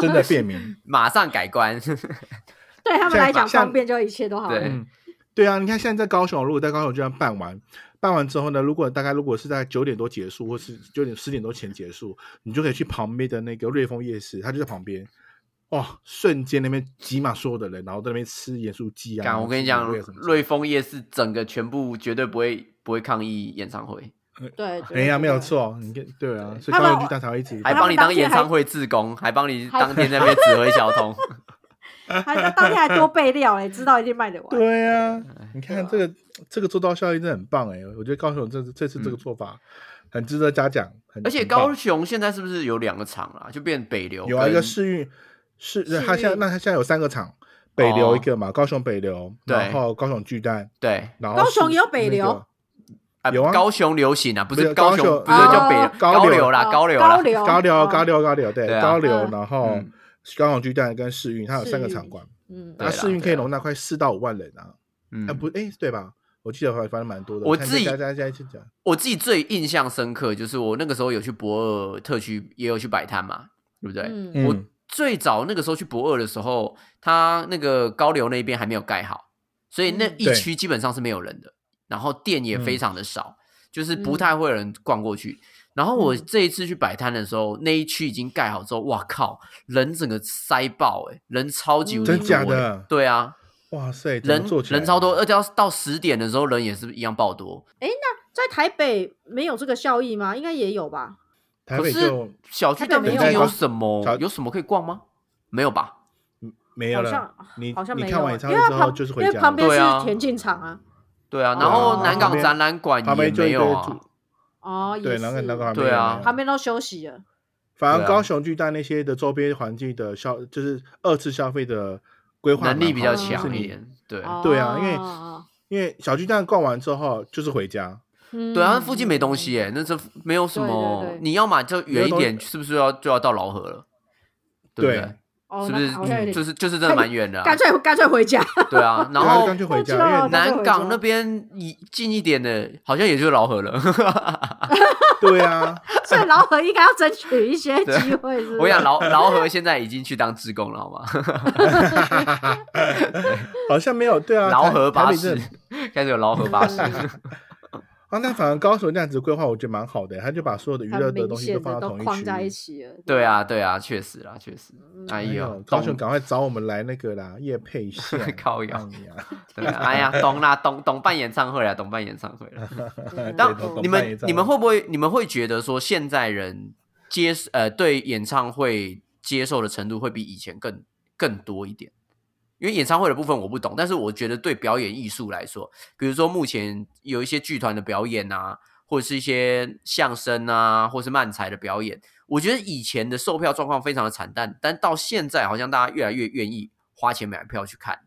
Speaker 1: 真的便民。
Speaker 3: 马上改 <laughs> 观。
Speaker 2: 对他们
Speaker 1: 像
Speaker 2: 来讲
Speaker 1: 像
Speaker 2: 方便就一切都好了。
Speaker 3: 对
Speaker 1: 嗯，对啊，你看现在在高雄，如果在高雄这样办完，办完之后呢，如果大概如果是在九点多结束，或是九点十点多前结束，你就可以去旁边的那个瑞丰夜市，它就在旁边。哦，瞬间那边挤满所有的人，然后在那边吃盐酥鸡啊。
Speaker 3: 干，我跟你
Speaker 1: 吃
Speaker 3: 讲
Speaker 1: 卤味什，么之类
Speaker 3: 瑞丰夜市整个全部绝对不会不会抗议演唱会，
Speaker 2: 对，
Speaker 1: 的，哎呀，
Speaker 2: 对
Speaker 1: 没有
Speaker 2: 对
Speaker 1: 错，你跟对啊，所以
Speaker 2: 他
Speaker 1: 高
Speaker 2: 们
Speaker 1: 雄巨蛋才会一直
Speaker 3: 还
Speaker 2: 他
Speaker 3: 帮
Speaker 2: 们
Speaker 3: 你
Speaker 2: 当
Speaker 3: 当
Speaker 2: 天
Speaker 3: 演
Speaker 2: 还
Speaker 3: 唱会志工，还帮你
Speaker 2: 还
Speaker 3: 当天在 <laughs> 那边指挥交通。
Speaker 2: 还在当天还多备料嘞，知道一定卖得完。
Speaker 3: <laughs>
Speaker 1: 对啊，
Speaker 3: 哎
Speaker 1: 你看
Speaker 2: 啊
Speaker 1: 这个这个做到效应真的很棒哎、我觉得高雄这这次这个
Speaker 3: 嗯
Speaker 1: 做法很值得嘉奖，很
Speaker 3: 而且
Speaker 1: 很棒
Speaker 3: 高雄现在是不是有两个厂啦？就变北流
Speaker 1: 有啊，一个
Speaker 3: 跟
Speaker 1: 世运是，
Speaker 2: 世
Speaker 1: 他现在
Speaker 2: 运
Speaker 1: 那他现在有三个厂，北流一个嘛，高雄北流，
Speaker 3: 哦对
Speaker 1: 然后高雄巨蛋，
Speaker 3: 对
Speaker 1: 然后
Speaker 2: 高雄
Speaker 1: 是
Speaker 2: 也有北流，
Speaker 3: 啊
Speaker 1: 有啊
Speaker 3: 高雄流行啊，不
Speaker 1: 没
Speaker 3: 是
Speaker 1: 有
Speaker 3: 高
Speaker 1: 高
Speaker 3: 雄，
Speaker 1: 雄
Speaker 3: 不是就
Speaker 2: 哦
Speaker 3: 北
Speaker 1: 高流
Speaker 3: 流啦，
Speaker 2: 哦
Speaker 3: 高流
Speaker 2: 高
Speaker 3: 啦，
Speaker 1: 那
Speaker 2: 流，
Speaker 1: 个高流
Speaker 2: 哦
Speaker 1: 高，流高流对
Speaker 3: 对啊
Speaker 1: 高流
Speaker 2: 嗯，
Speaker 1: 然后
Speaker 3: 嗯
Speaker 1: 高雄巨蛋跟世运，它有三个
Speaker 2: 世运
Speaker 1: 场馆，
Speaker 2: 嗯，
Speaker 3: 对
Speaker 1: 那
Speaker 3: 啦
Speaker 1: 世运可
Speaker 3: 对
Speaker 1: 以
Speaker 3: 啦
Speaker 1: 容纳快四到五万人啊，
Speaker 3: 嗯
Speaker 1: 啊，不哎对吧？我记得反反正蛮多的，
Speaker 3: 我
Speaker 1: 看
Speaker 3: 自己
Speaker 1: 大家在去讲，
Speaker 3: 我自己最印象深刻就是我那个时候有去博尔特区，也有去摆摊嘛，对不对？
Speaker 2: 嗯
Speaker 3: 我
Speaker 1: 嗯
Speaker 3: 最早那个时候去博尔的时候，它那个高流那边还没有盖好，所以那
Speaker 2: 嗯
Speaker 3: 一
Speaker 1: 对嗯
Speaker 3: 区基本上是没有人的，然后店也非常的少，就是不
Speaker 2: 嗯
Speaker 3: 太会有人逛过去。然后我
Speaker 2: 嗯
Speaker 3: 这一次去摆摊的时候，那一区已经盖好之后，哇靠，人整个塞爆哎、人超级无敌
Speaker 2: 真
Speaker 3: 多
Speaker 1: 假
Speaker 3: 欸
Speaker 1: 的
Speaker 3: 对啊，
Speaker 1: 哇塞，怎么
Speaker 3: 人
Speaker 1: 做起来
Speaker 3: 人超多，
Speaker 1: 的，
Speaker 3: 而且要到十点的时候人也是一样爆多。
Speaker 2: 在台北没有这个效益吗？应该也有吧。
Speaker 1: 台
Speaker 3: 可
Speaker 1: 北
Speaker 3: 是
Speaker 1: 就
Speaker 3: 小巨
Speaker 2: 台北
Speaker 3: 蛋附
Speaker 2: 没有啊
Speaker 3: 近有
Speaker 2: 吗
Speaker 3: 什么
Speaker 1: 小
Speaker 3: 有什么可以逛吗？没有吧？
Speaker 1: 没有
Speaker 2: 好
Speaker 1: 了
Speaker 2: 像。
Speaker 1: 你
Speaker 2: 好像
Speaker 1: 你
Speaker 2: 没
Speaker 1: 看
Speaker 2: 有
Speaker 1: 完
Speaker 2: 啊
Speaker 1: 演唱
Speaker 2: 因
Speaker 1: 会
Speaker 2: 为
Speaker 1: 之后
Speaker 2: 旁
Speaker 1: 就是回
Speaker 2: 因为
Speaker 1: 家
Speaker 2: 旁
Speaker 1: 了，
Speaker 2: 边
Speaker 3: 对啊
Speaker 2: 是田径场啊。
Speaker 3: 对啊，
Speaker 2: 哦
Speaker 3: 然后南
Speaker 2: 旁
Speaker 3: 港
Speaker 2: 边
Speaker 3: 展览馆
Speaker 1: 旁
Speaker 3: 也
Speaker 1: 边就一
Speaker 3: 没有
Speaker 1: 堆
Speaker 3: 啊
Speaker 1: 住。
Speaker 2: 哦，
Speaker 1: 对，
Speaker 2: 也
Speaker 1: 然后
Speaker 2: 是
Speaker 1: 那个还没
Speaker 3: 对啊
Speaker 1: 有
Speaker 2: 旁边都休息了。
Speaker 1: 反
Speaker 3: 对
Speaker 1: 而
Speaker 3: 啊
Speaker 1: 高雄巨蛋那些的周边环境的消，就是二次消费的规划
Speaker 3: 能力比较
Speaker 1: 蛮好的
Speaker 3: 强
Speaker 1: 就是
Speaker 3: 一
Speaker 1: 你，
Speaker 3: 点，对
Speaker 1: 对啊因为
Speaker 2: 哦
Speaker 1: 因为小巨蛋逛完之后就是回家，
Speaker 2: 嗯
Speaker 3: 对啊，附近没东西耶，那这没有什么
Speaker 2: 对对，对
Speaker 3: 你要嘛就远
Speaker 1: 没
Speaker 3: 一
Speaker 1: 有
Speaker 3: 点，
Speaker 1: 东
Speaker 3: 是不是要就要到老河了？对不
Speaker 1: 对
Speaker 3: 对？
Speaker 2: 哦，
Speaker 3: 是不
Speaker 2: 那好像有点
Speaker 3: 是就是就是真的蛮远的啊？
Speaker 2: 干脆干脆回家。 <laughs>
Speaker 3: <laughs>
Speaker 1: <laughs>
Speaker 3: 对啊，然
Speaker 1: 对啊
Speaker 3: 后
Speaker 1: 干脆回
Speaker 2: 我知道
Speaker 1: 家，因为
Speaker 2: 干脆
Speaker 3: 南
Speaker 2: 回
Speaker 3: 港
Speaker 2: 家
Speaker 3: 那边一近一点的，好像也就是老河了。 <laughs>
Speaker 1: 对啊，
Speaker 2: 所以老何应该要争取一些
Speaker 3: 对啊
Speaker 2: 机会，是不是？
Speaker 3: 我想老老河现在已经去当志工了，好吗？
Speaker 1: 好像没有对啊，
Speaker 3: <laughs> 劳
Speaker 1: 台
Speaker 3: 河
Speaker 1: 台
Speaker 3: 巴
Speaker 1: 北真
Speaker 3: 士
Speaker 1: 的
Speaker 3: 开始有劳河巴士，
Speaker 1: 啊，那反而高雄那样子规划，我觉得蛮好的，他就把所有的娱乐
Speaker 2: <laughs> 很
Speaker 1: 的
Speaker 2: 明
Speaker 1: 东西
Speaker 2: 显
Speaker 1: 放
Speaker 2: 的
Speaker 1: 到
Speaker 2: 都
Speaker 1: 同一
Speaker 2: 框
Speaker 1: 区。
Speaker 2: 在一起了。
Speaker 3: 对，啊对啊，确实啦，确实。哎
Speaker 1: 哎呦
Speaker 3: 呦，，
Speaker 1: 高雄
Speaker 3: 东
Speaker 1: 赶快找我们来那个啦，叶配线
Speaker 3: <laughs> 靠腰
Speaker 1: 让你啊，
Speaker 3: 对啊，哎呀，懂啦，懂懂办演唱会啦，啊懂办演唱会啦。
Speaker 1: 对
Speaker 2: 当
Speaker 1: 懂懂
Speaker 3: 你
Speaker 1: 半夜
Speaker 3: 们
Speaker 1: 唱
Speaker 3: 你们会不会你们会觉得说现在人接呃对演唱会接受的程度会比以前更更多一点？因为演唱会的部分我不懂，但是我觉得对表演艺术来说，比如说目前有一些剧团的表演啊，或者是一些相声啊，或是漫才的表演，我觉得以前的售票状况非常的惨淡，但到现在好像大家越来越愿意花钱买票去看。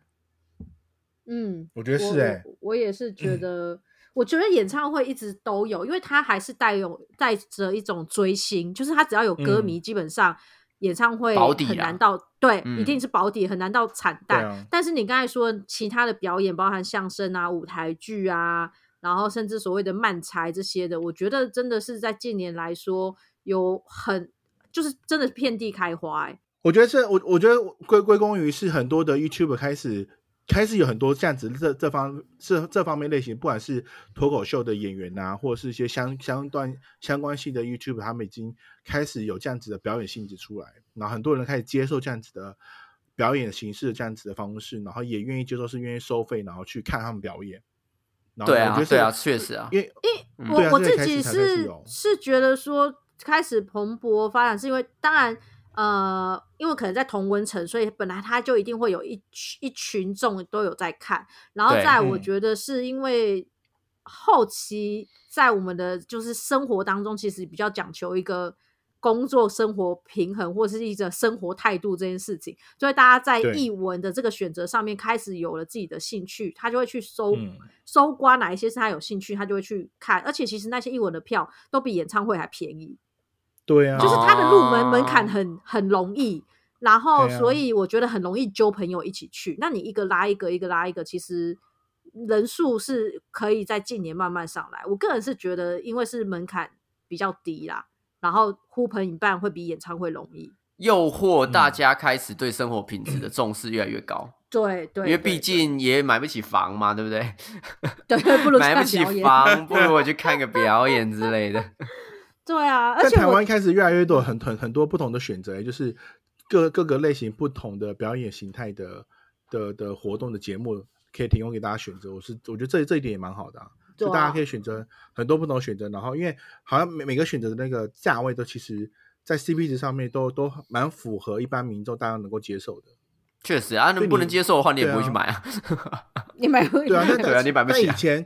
Speaker 2: 嗯，
Speaker 1: 我觉得是哎，
Speaker 2: 我我也是觉得，我觉得演唱会一直都有，因为它还是带有带着一种追星，就是它只要有歌迷，基本上演唱会
Speaker 3: 保底啊
Speaker 2: 很难到，对，
Speaker 3: 嗯
Speaker 2: 一定是保底，很难到惨
Speaker 1: 对
Speaker 2: 淡。
Speaker 1: 啊，
Speaker 2: 但是你刚才说的其他的表演，包含相声啊、舞台剧啊，然后甚至所谓的漫才这些的，我觉得真的是在近年来说有很就是真的遍地开花、欸，
Speaker 1: 我觉得是我我觉得归归功于是很多的 YouTube 开始开始有很多这样子这这方这这方面类型，不管是脱口秀的演员呐、或者是一些相相关相关性的 YouTube，他们已经开始有这样子的表演性质出来，然后很多人开始接受这样子的表演形式这样子的方式，然后也愿意接受是愿意收费，然后去看他们表演。然后
Speaker 3: 对
Speaker 1: 我
Speaker 3: 啊
Speaker 1: 觉得是
Speaker 3: 对啊，，确实啊，
Speaker 1: 因为
Speaker 3: 嗯
Speaker 2: 我
Speaker 1: 对啊
Speaker 2: 我
Speaker 1: 这个
Speaker 2: 自
Speaker 1: 开
Speaker 2: 己
Speaker 1: 始才开始
Speaker 2: 是
Speaker 1: 有
Speaker 2: 是觉得说开始蓬勃发展，是因为当然呃，因为可能在同温层，所以本来它就一定会有一群一群众都有在看，然后
Speaker 3: 对
Speaker 2: 再来我
Speaker 1: 嗯
Speaker 2: 觉得是因为后期在我们的就是生活当中，其实比较讲求一个。工作生活平衡，或是一个生活态度这件事情，所以大家在
Speaker 1: 对
Speaker 2: 译文的这个选择上面开始有了自己的兴趣，他就会去搜
Speaker 1: 嗯，
Speaker 2: 搜刮哪一些是他有兴趣，他就会去看。而且其实那些艺文的票都比演唱会还便宜，
Speaker 1: 对啊，
Speaker 2: 就是他的入门门槛
Speaker 3: 哦
Speaker 2: 很很容易，然后
Speaker 1: 对啊
Speaker 2: 所以我觉得很容易揪朋友一起去。那你一个拉一个，一个拉一个，其实人数是可以在近年慢慢上来。我个人是觉得，因为是门槛比较低啦，然后呼朋引伴会比演唱会容易。
Speaker 3: 诱惑大家开始对生活品质的重视越来越高，
Speaker 2: 对对，
Speaker 3: 因
Speaker 2: 对
Speaker 3: 为毕竟也买不起房嘛，对不对？
Speaker 2: 对 <laughs> 不如去
Speaker 3: 买不
Speaker 2: 看
Speaker 3: 起
Speaker 2: 表演。<laughs>
Speaker 3: 房，不如我去看个表演之类的。
Speaker 2: 对啊，而
Speaker 1: 在
Speaker 2: 且
Speaker 1: 台
Speaker 2: 我
Speaker 1: 湾开始越来越多很很很多不同的选择，也就是各各个类型不同的表演形态的的的活动的节目可以提供给大家选择。我是我觉得这这一点也蛮好的、啊，
Speaker 2: 对
Speaker 1: 就大
Speaker 2: 啊
Speaker 1: 家可以选择很多不同的选择，然后因为好像每每个选择的那个价位都其实。在 CP 值上面都都蛮符合一般民众大家能够接受的，
Speaker 3: 确实啊，那
Speaker 1: 对
Speaker 3: 不能
Speaker 1: 你
Speaker 3: 接受的话，你也
Speaker 1: 对
Speaker 3: 不会去
Speaker 1: 啊
Speaker 3: 买
Speaker 1: <laughs>
Speaker 3: 啊。
Speaker 2: 你买会
Speaker 1: 对
Speaker 3: <laughs>
Speaker 1: 啊，那
Speaker 3: 对啊你买不起啊
Speaker 1: 那以前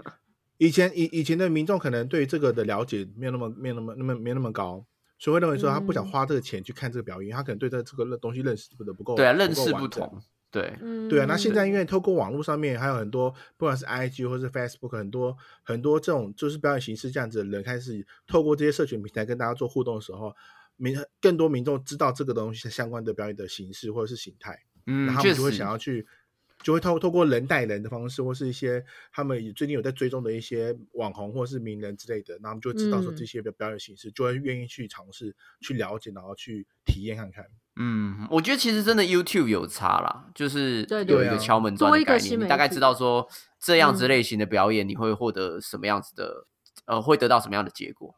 Speaker 1: 以前以以前的民众可能对这个的了解没有那么没有那么那么没有那么高，所以会认为说他不想
Speaker 2: 嗯
Speaker 1: 花这个钱去看这个表演，他可能对这这个东西认识的不够，
Speaker 3: 对啊，
Speaker 1: 够
Speaker 3: 认识不
Speaker 1: 完整。
Speaker 3: 同，对，
Speaker 2: 嗯
Speaker 1: 对啊，那现在因为透过网络上面还有很多，不管是 IG 或是 Facebook，很多很多这种就是表演形式这样子的人开始透过这些社群平台跟大家做互动的时候，民更多民众知道这个东西相关的表演的形式或者是形态。然
Speaker 3: 嗯，
Speaker 1: 后他
Speaker 3: 确
Speaker 1: 们就会
Speaker 3: 实
Speaker 1: 想，要去，就会透透过人带人的方式，或是一些他们也最近有在追踪的一些网红或是名人之类的，那他们就知道说
Speaker 2: 嗯
Speaker 1: 这些表表演形式，就会愿意去尝试、去了解，然后去体验看看。
Speaker 3: 嗯，我觉得其实真的 YouTube 有差啦，就是
Speaker 2: 对
Speaker 3: 有
Speaker 1: 对
Speaker 3: 一个
Speaker 1: 啊
Speaker 3: 敲门砖
Speaker 2: 多
Speaker 3: 的
Speaker 2: 一个
Speaker 3: 概
Speaker 2: 新
Speaker 3: 念，你
Speaker 2: 媒
Speaker 3: 大概
Speaker 2: 体
Speaker 3: 知道说这样
Speaker 2: 嗯
Speaker 3: 子类型的表演你会获得什么样子的，呃，会得到什么样的结果。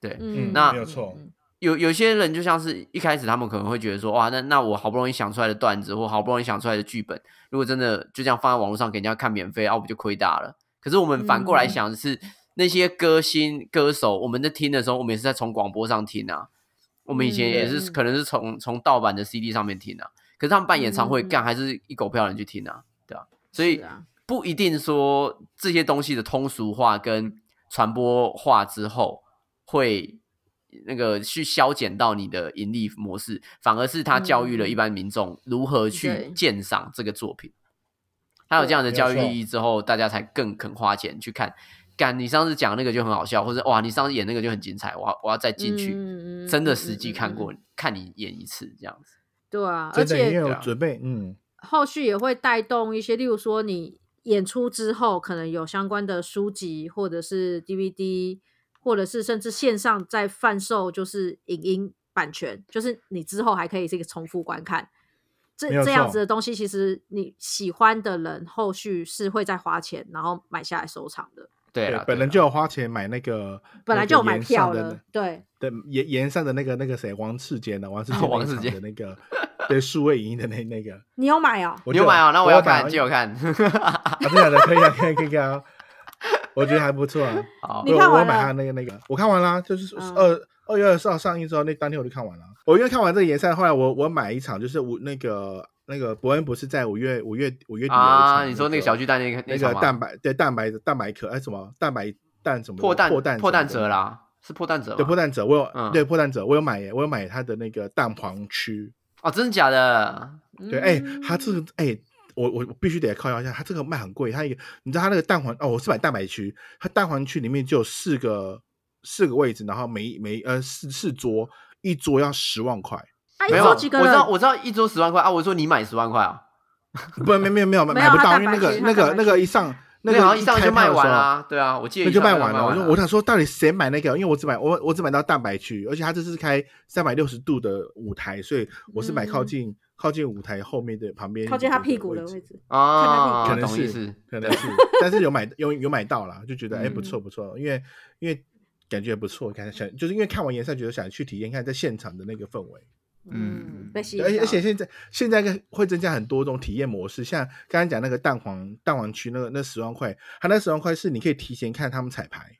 Speaker 3: 对，
Speaker 2: 嗯
Speaker 3: 那
Speaker 1: 没有错
Speaker 2: 嗯
Speaker 3: 有有些人就像是一开始他们可能会觉得说，哇，那那我好不容易想出来的段子或好不容易想出来的剧本，如果真的就这样放在网络上给人家看免费，啊，我们就亏大了。可是我们反
Speaker 2: 嗯
Speaker 3: 过来想的是，那些歌星歌手，我们在听的时候，我们也是在从广播上听啊，我们以前
Speaker 2: 嗯
Speaker 3: 也是
Speaker 2: 嗯
Speaker 3: 可能是从从盗版的 CD 上面听啊，可是他们办演唱会
Speaker 2: 嗯嗯
Speaker 3: 干还是一狗票人去听啊，对啊，所以
Speaker 2: 是啊
Speaker 3: 不一定说这些东西的通俗化跟传播化之后会那个去消减到你的盈利模式，反而是他教育了一般民众如何去
Speaker 2: 嗯对
Speaker 3: 鉴赏这个作品。他有这样的
Speaker 1: 对
Speaker 3: 教育
Speaker 1: 没有错
Speaker 3: 意义之后，大家才更肯花钱去看。干，你上次讲那个就很好笑，或者哇，你上次演那个就很精彩，我要我要再进
Speaker 2: 嗯
Speaker 3: 去，
Speaker 2: 嗯嗯
Speaker 3: 真的
Speaker 2: 嗯
Speaker 3: 实际
Speaker 2: 嗯嗯
Speaker 3: 看
Speaker 2: 嗯
Speaker 3: 过，看你演一次这样子。
Speaker 2: 对啊，而
Speaker 1: 真的，因为
Speaker 2: 且
Speaker 1: 我
Speaker 3: 啊
Speaker 1: 准备，嗯，
Speaker 2: 后续也会带动一些，例如说你演出之后，可能有相关的书籍或者是 DVD，或者是甚至线上在贩售，就是影音版权，就是你之后还可以这个重复观看。这
Speaker 1: 没有
Speaker 2: 这样
Speaker 1: 错
Speaker 2: 子的东西，其实你喜欢的人后续是会再花钱，然后买下来收藏的。
Speaker 3: 对啊，
Speaker 1: 本
Speaker 3: 对
Speaker 1: 人
Speaker 3: 啊
Speaker 1: 就有花钱买那个，
Speaker 2: 本来就有买票
Speaker 1: 的
Speaker 2: 了，对，
Speaker 1: 对，延延上的那个那个谁，王世坚的，王世坚，
Speaker 3: <laughs> 王世坚
Speaker 1: 的那个，对，数位影音的那那
Speaker 3: <laughs>
Speaker 1: 个，
Speaker 2: 你有买哦？
Speaker 1: 我
Speaker 3: 你
Speaker 1: 就
Speaker 3: 有买哦，那我
Speaker 1: 我
Speaker 3: 要
Speaker 1: 有买
Speaker 3: 看，
Speaker 1: 哦
Speaker 3: 就有看。 <laughs>
Speaker 1: 啊，真的假的可以啊，可以可以可以啊，我觉得还不错啊。
Speaker 3: 好
Speaker 2: 你
Speaker 1: 对
Speaker 2: 看
Speaker 1: 我
Speaker 2: 完
Speaker 1: 有买
Speaker 2: 了
Speaker 1: 他那个那个，我看完啦，就是
Speaker 2: 嗯
Speaker 1: 二二月二十四号上映之后，那当天我就看完了。我因为看完这个联赛，后来我我买一场，就是五那个那个伯恩不是在五月五月五月底有一场、
Speaker 3: 啊，你说那个小巨蛋那个
Speaker 1: 那
Speaker 3: 场
Speaker 1: 个
Speaker 3: 吗
Speaker 1: 蛋白对蛋白蛋白壳哎什么蛋白蛋什么的
Speaker 3: 破蛋
Speaker 1: 破蛋
Speaker 3: 破蛋
Speaker 1: 什么
Speaker 3: 折
Speaker 1: 的。
Speaker 3: 啦，是破蛋折吗
Speaker 1: 对破蛋者，我有、
Speaker 3: 嗯
Speaker 1: 对破蛋者，我有买耶，我有买他的那个蛋黄区。
Speaker 3: 哦，真的假的？
Speaker 1: 对，哎、
Speaker 2: 嗯
Speaker 1: 他这个哎、我我我必须得靠腰一下，他这个卖很贵，他一个你知道他那个蛋黄哦，我是买蛋白区，他蛋黄区里面就有四个四个位置，然后每一每一呃四四桌，一桌要十万块，
Speaker 2: 啊，他一
Speaker 3: 没有，
Speaker 2: 周
Speaker 3: 我
Speaker 2: 几
Speaker 3: 知
Speaker 2: 个人？
Speaker 3: 道我知道一周十万块啊，我说你买十万块啊，
Speaker 1: 不，没没有没有
Speaker 2: <laughs> 没有
Speaker 1: 买不
Speaker 2: 他
Speaker 1: 到，
Speaker 2: 大
Speaker 1: 因为那
Speaker 2: 白
Speaker 1: 个
Speaker 2: 区
Speaker 1: 那
Speaker 2: 他大
Speaker 1: 个
Speaker 2: 白
Speaker 1: 那个一上那
Speaker 3: 个
Speaker 1: 个
Speaker 3: 好像一上
Speaker 1: 开
Speaker 3: 就卖
Speaker 1: 票的
Speaker 3: 完
Speaker 1: 时候
Speaker 3: 啦、对啊，我记得
Speaker 1: 那
Speaker 3: 一
Speaker 1: 就
Speaker 3: 上
Speaker 1: 卖
Speaker 3: 就
Speaker 1: 完了。
Speaker 3: 了。
Speaker 1: 我说我想说，到底谁买那个？因为我只买我我只买到蛋白区，而且它这是开三百六十度的舞台，所以我是买靠
Speaker 2: 嗯
Speaker 1: 近、靠近舞台后面的旁边，
Speaker 2: 靠近他屁股的位。置。
Speaker 3: 啊，
Speaker 1: 可能
Speaker 3: 懂意
Speaker 1: 是
Speaker 3: 思。
Speaker 1: 可能是，但是有买有有买到啦，就觉得哎、不错不错，因为因为感觉不错，感觉想就是因为看完演唱觉得想去体验看在现场的那个氛围，
Speaker 3: 嗯
Speaker 2: 嗯，被吸引
Speaker 1: 而且而
Speaker 2: 到
Speaker 1: 且现在现在会增加很多种体验模式，像刚刚讲那个蛋黄蛋黄区那个那十万块，它那十万块是你可以提前看他们彩排，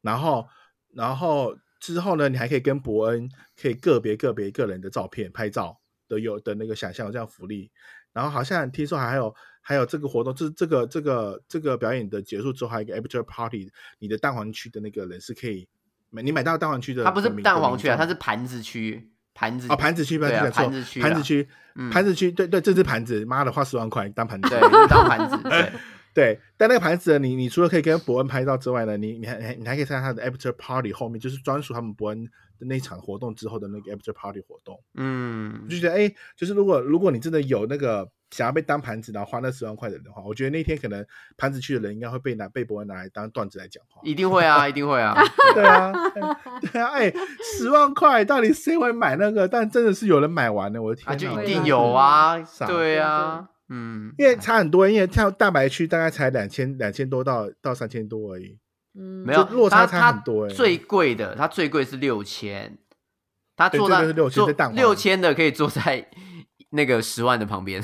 Speaker 1: 然后然后之后呢，你还可以跟伯恩可以个别个别个人的照片拍照的有的那个想象有这样福利，然后好像听说还有还有这个活动，这这个这个这个表演的结束之后，还有一个 after party，你的蛋黄区的那个人是可以买你买到蛋黄区的，
Speaker 3: 它不是蛋黄区啊，它
Speaker 1: 它
Speaker 3: 是盘子区，盘子
Speaker 1: 哦，盘子区，
Speaker 3: 对啊，
Speaker 1: 盘
Speaker 3: 盘子
Speaker 1: 子区，
Speaker 3: 区啊，
Speaker 1: 盘子区
Speaker 3: 嗯，
Speaker 1: 盘子区，对对，这只盘子，妈的，花十万块当盘子。
Speaker 3: 对，就当盘子，对，
Speaker 1: <laughs> 对，但那个盘子呢，你你除了可以跟伯恩拍照之外呢，你你还你还你还可以参加他的 after party 后面，就是专属他们伯恩的那场活动之后的那个 after party 活动。我 <laughs>
Speaker 3: 嗯，
Speaker 1: 就觉得，哎，就是如果如果你真的有那个想要被当盘子，然后花那十万块的人的话，我觉得那天可能盘子区的人应该会被拿被伯恩拿来当段子来讲
Speaker 3: <laughs>
Speaker 1: 话。
Speaker 3: 一定会啊，一定会啊，
Speaker 1: 对啊，对啊，哎，十万块到底谁会买那个？但真的是有人买完了，我的天
Speaker 3: 啊，
Speaker 1: 哪，
Speaker 3: 就
Speaker 1: 我
Speaker 3: 一
Speaker 1: 真
Speaker 3: 定
Speaker 1: 的
Speaker 3: 有啊，
Speaker 1: 傻
Speaker 3: 对啊，嗯，
Speaker 1: 因为差很多，因为跳大白区大概才两千两千多到到三千多而已。
Speaker 2: 嗯，
Speaker 3: 没有
Speaker 1: 就落差
Speaker 3: 它
Speaker 1: 差
Speaker 3: 它
Speaker 1: 很多欸
Speaker 3: 最贵的，它最贵是六千，它
Speaker 1: 对
Speaker 3: 坐
Speaker 1: 最
Speaker 3: 在
Speaker 1: 贵是6000
Speaker 3: 坐
Speaker 1: 在蛋黄
Speaker 3: 六千的可以坐在 <laughs> 那个十万的旁边，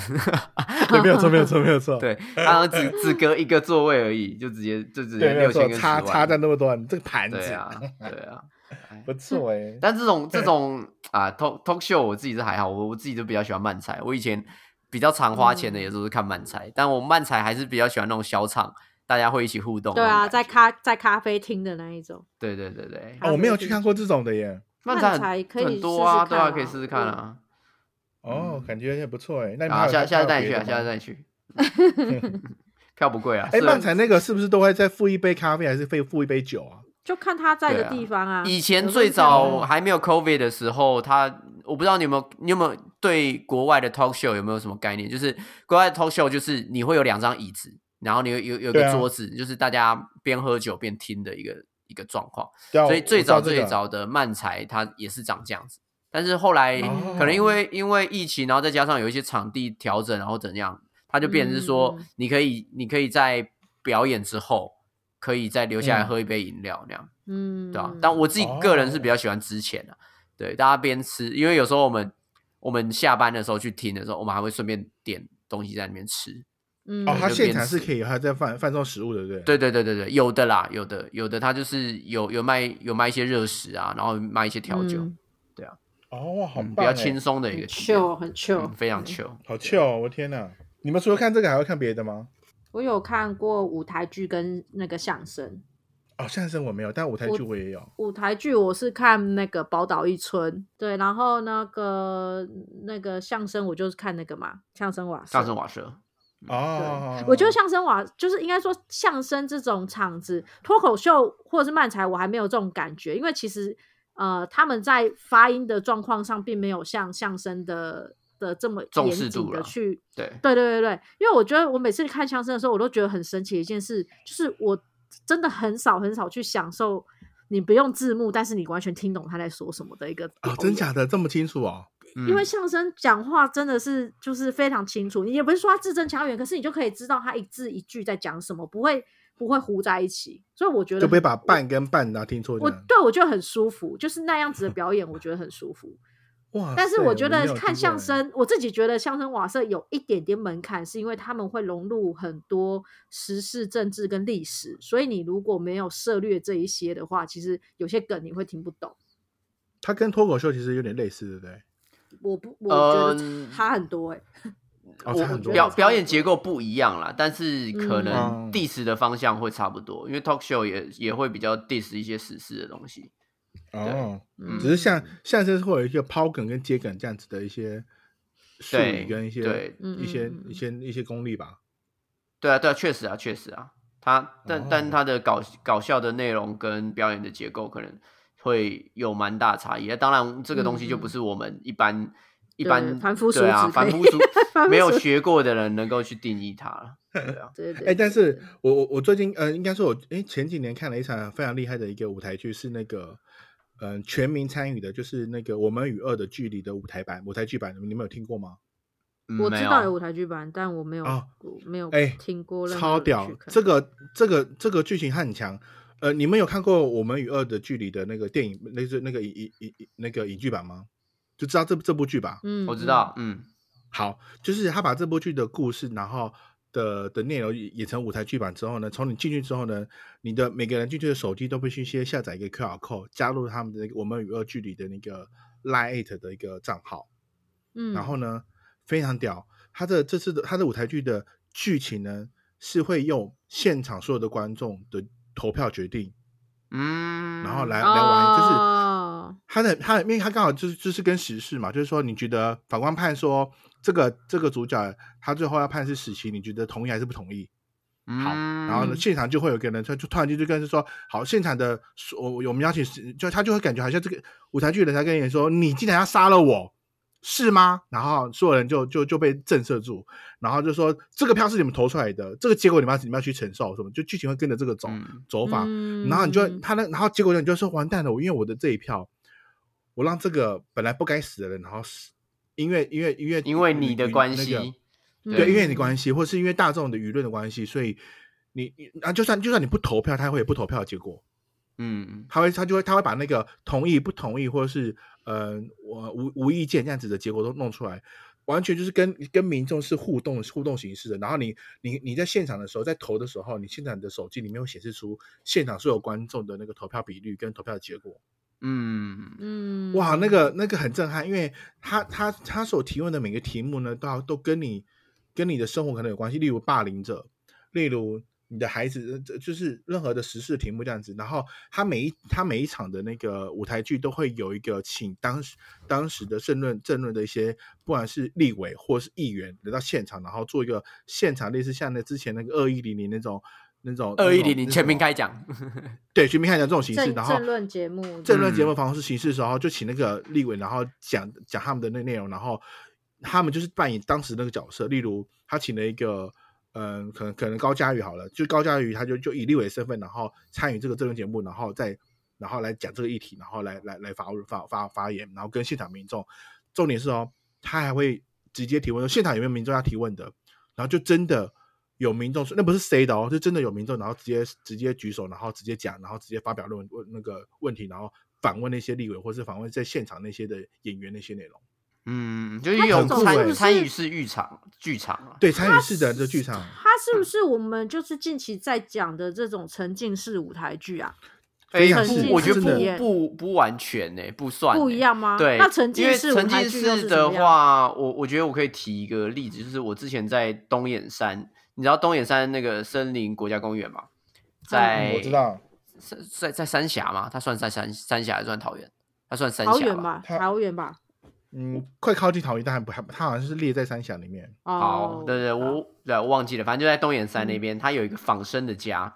Speaker 1: 对，没有错，没有错，没有错。
Speaker 3: <laughs> 对，它只只隔一个座位而已，就直接就直接
Speaker 1: 对，没有
Speaker 3: 六
Speaker 1: 错
Speaker 3: 千，跟10
Speaker 1: 差
Speaker 3: 万
Speaker 1: 差在那么多，你这个盘子
Speaker 3: 对
Speaker 1: <laughs>
Speaker 3: 啊，对啊。哎
Speaker 1: 不错哎。
Speaker 3: 但这种这种啊，talk talk show 我自己是还好，我我自己就比较喜欢漫才。我以前比较常花钱的
Speaker 2: 嗯
Speaker 3: 也都是看漫才，但我漫才还是比较喜欢那种小场，大家会一起互动那
Speaker 2: 对
Speaker 3: 种
Speaker 2: 啊，
Speaker 3: 感觉。
Speaker 2: 在咖在咖啡厅的那一种，
Speaker 3: 对对对对，
Speaker 1: 哦，我没有去看过这种的耶。
Speaker 3: 漫
Speaker 2: 漫
Speaker 3: 很
Speaker 2: 才可以
Speaker 3: 很多
Speaker 2: 试
Speaker 3: 啊，
Speaker 2: 试
Speaker 3: 对
Speaker 2: 看
Speaker 3: 啊，
Speaker 2: 啊
Speaker 3: 可以试试看啊。
Speaker 1: 哦
Speaker 3: 嗯，
Speaker 1: 感觉也不错哎。那你
Speaker 3: 啊，
Speaker 1: 还有
Speaker 3: 下下次带
Speaker 1: 还有
Speaker 3: 你
Speaker 1: 别
Speaker 3: 去啊，
Speaker 1: 的
Speaker 3: 下次
Speaker 1: 吗
Speaker 3: 带
Speaker 1: <laughs>
Speaker 3: 你去。 <laughs> 票不贵啊，
Speaker 1: 哎，
Speaker 3: 是
Speaker 1: 漫才那个是不是都会再付一杯咖啡，还是费付一杯酒啊？
Speaker 2: 就看他在
Speaker 3: 对
Speaker 2: 的
Speaker 3: 啊
Speaker 2: 地方啊。
Speaker 3: 以前
Speaker 2: 有时候
Speaker 3: 最
Speaker 2: 是这样
Speaker 3: 早还没有 COVID 的时候，他我不知道你有没有，你有没有对国外的 talk show 有没有什么概念？就是国外的 talk show 就是你会有两张椅子，然后你有有有
Speaker 1: 对
Speaker 3: 个
Speaker 1: 啊
Speaker 3: 桌子，就是大家边喝酒边听的一个一个状况。
Speaker 1: 对啊
Speaker 3: 所以
Speaker 1: 我
Speaker 3: 最
Speaker 1: 我知道
Speaker 3: 早
Speaker 1: 这
Speaker 3: 最
Speaker 1: 个
Speaker 3: 早的漫才，它也是长这样子。但是后
Speaker 2: 嗯
Speaker 3: 来
Speaker 1: 哦
Speaker 3: 可能因为、因为疫情，然后再加上有一些场地调整，然后怎样，它就变成是说
Speaker 2: 嗯嗯，
Speaker 3: 你可以你可以在表演之后，可以再留下来
Speaker 1: 嗯
Speaker 3: 喝一杯饮料那样。
Speaker 2: 嗯，
Speaker 3: 对啊，但我自己个人是
Speaker 1: 哦
Speaker 3: 比较喜欢之前的、对，大家边吃，因为有时候我们我们下班的时候去听的时候，我们还会顺便点东西在里面吃。
Speaker 2: 嗯
Speaker 1: 哦，他
Speaker 3: 就
Speaker 1: 现
Speaker 3: 变
Speaker 1: 场是
Speaker 3: 质
Speaker 1: 可以还在贩贩售食物的，对不对？
Speaker 3: 对对对对对，有的啦，有的有的，它就是有有卖有卖一些热食啊，然后卖一些调酒，
Speaker 2: 嗯
Speaker 1: 哦，好棒
Speaker 3: 嗯比较
Speaker 1: 哎，
Speaker 3: 轻松的一
Speaker 2: 很
Speaker 3: 个体验，
Speaker 2: chill 很 chill，
Speaker 3: 嗯非常
Speaker 2: 嗯
Speaker 3: chill。
Speaker 1: 好 chill 哦，我天哪！你们除了看这个，还会看别的吗？
Speaker 2: 我有看过舞台剧跟那个相声。
Speaker 1: 哦，相声我没有，但舞台
Speaker 2: 我
Speaker 1: 剧我也有。
Speaker 2: 舞台剧我是看那个《宝岛一村》，对，然后那个那个相声我就是看那个嘛，相声瓦舍。
Speaker 3: 上升瓦舍，
Speaker 1: 哦，
Speaker 2: 我觉
Speaker 3: 嗯
Speaker 2: 得相声瓦就是应该说相声这种场子，脱口秀或者是漫才，我还没有这种感觉，因为其实呃他们在发音的状况上，并没有像相声的的这么
Speaker 3: 重
Speaker 2: 严
Speaker 3: 视
Speaker 2: 谨
Speaker 3: 度
Speaker 2: 的
Speaker 3: 啦
Speaker 2: 去。
Speaker 3: 对，
Speaker 2: 对对对对，因为我觉得我每次看相声的时候，我都觉得很神奇的一件事，就是我真的很少很少去享受你不用字幕，但是你完全听懂他在说什么的一个
Speaker 1: 哦，
Speaker 2: 表
Speaker 1: 真
Speaker 2: 演
Speaker 1: 假的这么清楚哦？
Speaker 2: 因为
Speaker 3: 嗯
Speaker 2: 相声讲话真的是就是非常清楚，你也不是说他字正腔圆，可是你就可以知道他一字一句在讲什么，不会不会糊在一起。所以我觉得
Speaker 1: 就不会
Speaker 2: 很
Speaker 1: 把半跟半拿听错这
Speaker 2: 我
Speaker 1: 样。
Speaker 2: 对我觉得很舒服，就是那样子的表演，我觉得很舒服。
Speaker 1: 哇塞！
Speaker 2: 但是我觉
Speaker 1: 没
Speaker 2: 得
Speaker 1: 有
Speaker 2: 看
Speaker 1: 听过
Speaker 2: 相
Speaker 1: 哎，
Speaker 2: 声，我自己觉得相声瓦舍有一点点门槛，是因为他们会融入很多时事、政治跟历史，所以你如果没有涉略这一些的话，其实有些梗你会听不懂。
Speaker 1: 它跟脱口秀其实有点类似，对不
Speaker 2: 哦
Speaker 1: 对？
Speaker 2: 我不，我觉
Speaker 3: 嗯
Speaker 2: 得差很多哎、
Speaker 1: 哦，
Speaker 3: 我
Speaker 1: 差很多。
Speaker 3: 表
Speaker 2: 差
Speaker 3: 表
Speaker 2: 很
Speaker 3: 演
Speaker 2: 多
Speaker 3: 结构不一样啦，但是可能
Speaker 1: 嗯
Speaker 3: diss 的方向会差不多，因为 talk show 也也会比较 diss 一些时事的东西。
Speaker 1: 哦，
Speaker 2: 嗯
Speaker 1: 只是像相声会有一个抛梗跟接梗这样子的一些术
Speaker 3: 对
Speaker 1: 语跟一些
Speaker 3: 对
Speaker 1: 一些
Speaker 2: 嗯嗯嗯
Speaker 1: 一些一些功力吧。
Speaker 3: 对啊，对啊，确实啊，确实啊，他但、但
Speaker 1: 哦
Speaker 3: 他的搞搞笑的内容跟表演的结构可能会有蛮大差异。那当然，这个东西就不是我们一般、一
Speaker 2: 对
Speaker 3: 般
Speaker 2: 凡夫俗
Speaker 3: 对啊，
Speaker 2: 子
Speaker 3: 凡
Speaker 2: 可以
Speaker 3: 夫俗 <laughs>
Speaker 2: 凡夫
Speaker 3: 没有
Speaker 2: 俗
Speaker 3: 学过的人能够去定义它了。对啊，
Speaker 2: 对对
Speaker 1: 哎、但是我我我最近呃，应该说我哎、前几年看了一场非常厉害的一个舞台剧，是那个嗯、呃全民参与的，就是那个《我们与恶的距离》的舞台版舞台剧版，你们有听过吗？
Speaker 3: 嗯
Speaker 2: 我
Speaker 3: 没
Speaker 2: 知道有
Speaker 3: 有
Speaker 2: 舞台剧版，但我没有
Speaker 1: 啊
Speaker 2: 我没有
Speaker 1: 哎
Speaker 2: 听过任何
Speaker 1: 超
Speaker 2: 人
Speaker 1: 屌
Speaker 2: 去！看
Speaker 1: 这个这个这个剧情很强。呃，你们有看过《我们与恶的距离》的那个电影，那是那个影影影那个影剧版吗？就知道这这部剧吧？
Speaker 2: 嗯，
Speaker 3: 我知
Speaker 2: 嗯
Speaker 3: 道，嗯，
Speaker 1: 好，就是他把这部剧的故事，然后的的内容演成舞台剧版之后呢，从你进去之后呢，你的每个人进去的手机都必须先下载一个 QR code，加入他们的那个我们与恶距离的那个 Line It 的一个账号，
Speaker 2: 嗯，
Speaker 1: 然后呢，非常屌，他的这次的他的舞台剧的剧情呢是会用现场所有的观众的投票决定，
Speaker 3: 嗯，
Speaker 1: 然后来来玩，就是
Speaker 2: 哦，
Speaker 1: 他的他的，因为他刚好就是就是跟时事嘛，就是说你觉得法官判说这个这个主角他最后要判是死刑，你觉得同意还是不同意？好
Speaker 3: 嗯，
Speaker 1: 然后呢，
Speaker 2: 嗯
Speaker 1: 现场就会有一个人就就突然间就跟他说，好，现场的我我们邀请是就他就会感觉好像这个舞台剧的人在跟你说，你竟然要杀了我，是吗？然后所有人就就就被震慑住，然后就说这个票是你们投出来的，这个结果你们要你们要去承受什么？就剧情会跟着这个走、
Speaker 3: 嗯
Speaker 1: 走法，
Speaker 2: 嗯
Speaker 1: 然后你就他那，然后结果你就说完蛋了，我因为我的这一票，我让这个本来不该死的人，然后死，因为因为因为
Speaker 3: 因为你的关
Speaker 1: 那
Speaker 3: 系，
Speaker 1: 个
Speaker 2: 对
Speaker 1: 对，因为你的
Speaker 2: 嗯
Speaker 1: 关系，或是因为大众的舆论的关系，所以你你啊，就算就算你不投票，他会有不投票的结果，
Speaker 3: 嗯，
Speaker 1: 他会他就会他会把那个同意不同意，或者是呃我无无意见这样子的结果都弄出来，完全就是跟跟民众是互动互动形式的。然后你你你在现场的时候，在投的时候，你现场的手机里面会显示出现场所有观众的那个投票比率跟投票的结果。
Speaker 3: 嗯，
Speaker 2: 嗯，
Speaker 1: 哇，那个那个很震撼，因为他他他所提问的每个题目呢，都都跟你跟你的生活可能有关系，例如霸凌者，例如你的孩子，呃就是任何的时事题目这样子。然后他每一他每一场的那个舞台剧都会有一个请当时当时的政论政论的一些，不管是立委或是议员来到现场，然后做一个现场类似像那之前那个二一零零那种。那种
Speaker 3: 二一零零全
Speaker 1: 全
Speaker 3: 民
Speaker 1: 民
Speaker 3: 开讲，
Speaker 1: 对全民开讲这种形式，
Speaker 2: 政
Speaker 1: 然后
Speaker 2: 政论节目，
Speaker 1: 政论节
Speaker 3: 嗯
Speaker 1: 目方式形式的时候，就请那个立委，然后讲讲他们的那内容，然后他们就是扮演当时那个角色。例如，他请了一个，嗯、可能可能高佳宇好了，就高佳宇，他就就以立委身份，然后参与这个政论节目，然后再然后来讲这个议题，然后来来来发问发发发言，然后跟现场民众。重点是哦，他还会直接提问，现场有没有民众要提问的？然后就真的有民众说，那不是谁的哦，是真的有民众，然后直接直接举手，然后直接讲，然后直接发表论问那个问题，然后反问那些立委，或是反问在现场那些的演员那些内容。
Speaker 3: 嗯，就是
Speaker 2: 他
Speaker 3: 有
Speaker 1: 这种是
Speaker 3: 参
Speaker 1: 不是
Speaker 3: 参与式剧场剧场啊，
Speaker 1: 对，参与式的这剧场
Speaker 2: 它是不是我们就是近期在讲的这种沉浸式舞台剧啊？
Speaker 1: 非
Speaker 3: 哎
Speaker 1: 常
Speaker 2: 沉
Speaker 1: 是
Speaker 2: 浸
Speaker 3: 不，我觉得
Speaker 2: 式体验
Speaker 3: 不不不完全呢，不算
Speaker 2: 不
Speaker 3: 欸
Speaker 2: 一样吗？
Speaker 3: 对，
Speaker 2: 那沉
Speaker 3: 因
Speaker 2: 浸
Speaker 3: 为
Speaker 2: 式舞
Speaker 3: 沉
Speaker 2: 台剧
Speaker 3: 浸
Speaker 2: 又是
Speaker 3: 式
Speaker 2: 怎么
Speaker 3: 的
Speaker 2: 样，
Speaker 3: 话，我我觉得我可以提一个例子，就是我之前在东眼山，你知道东眼山那个森林国家公园吗？在、
Speaker 1: 嗯我知，道，
Speaker 3: 在在在三峡吗？它算在三三峡还是算桃园？它算三峡
Speaker 2: 好远吧，
Speaker 1: 它
Speaker 2: 好远吧。
Speaker 1: 嗯，快靠近桃园，但还不还他好像是列在三峡里面。
Speaker 2: 哦
Speaker 3: 好，，对对，我对我忘记了，反正就在东眼山那
Speaker 1: 嗯
Speaker 3: 边，它有一个仿生的家，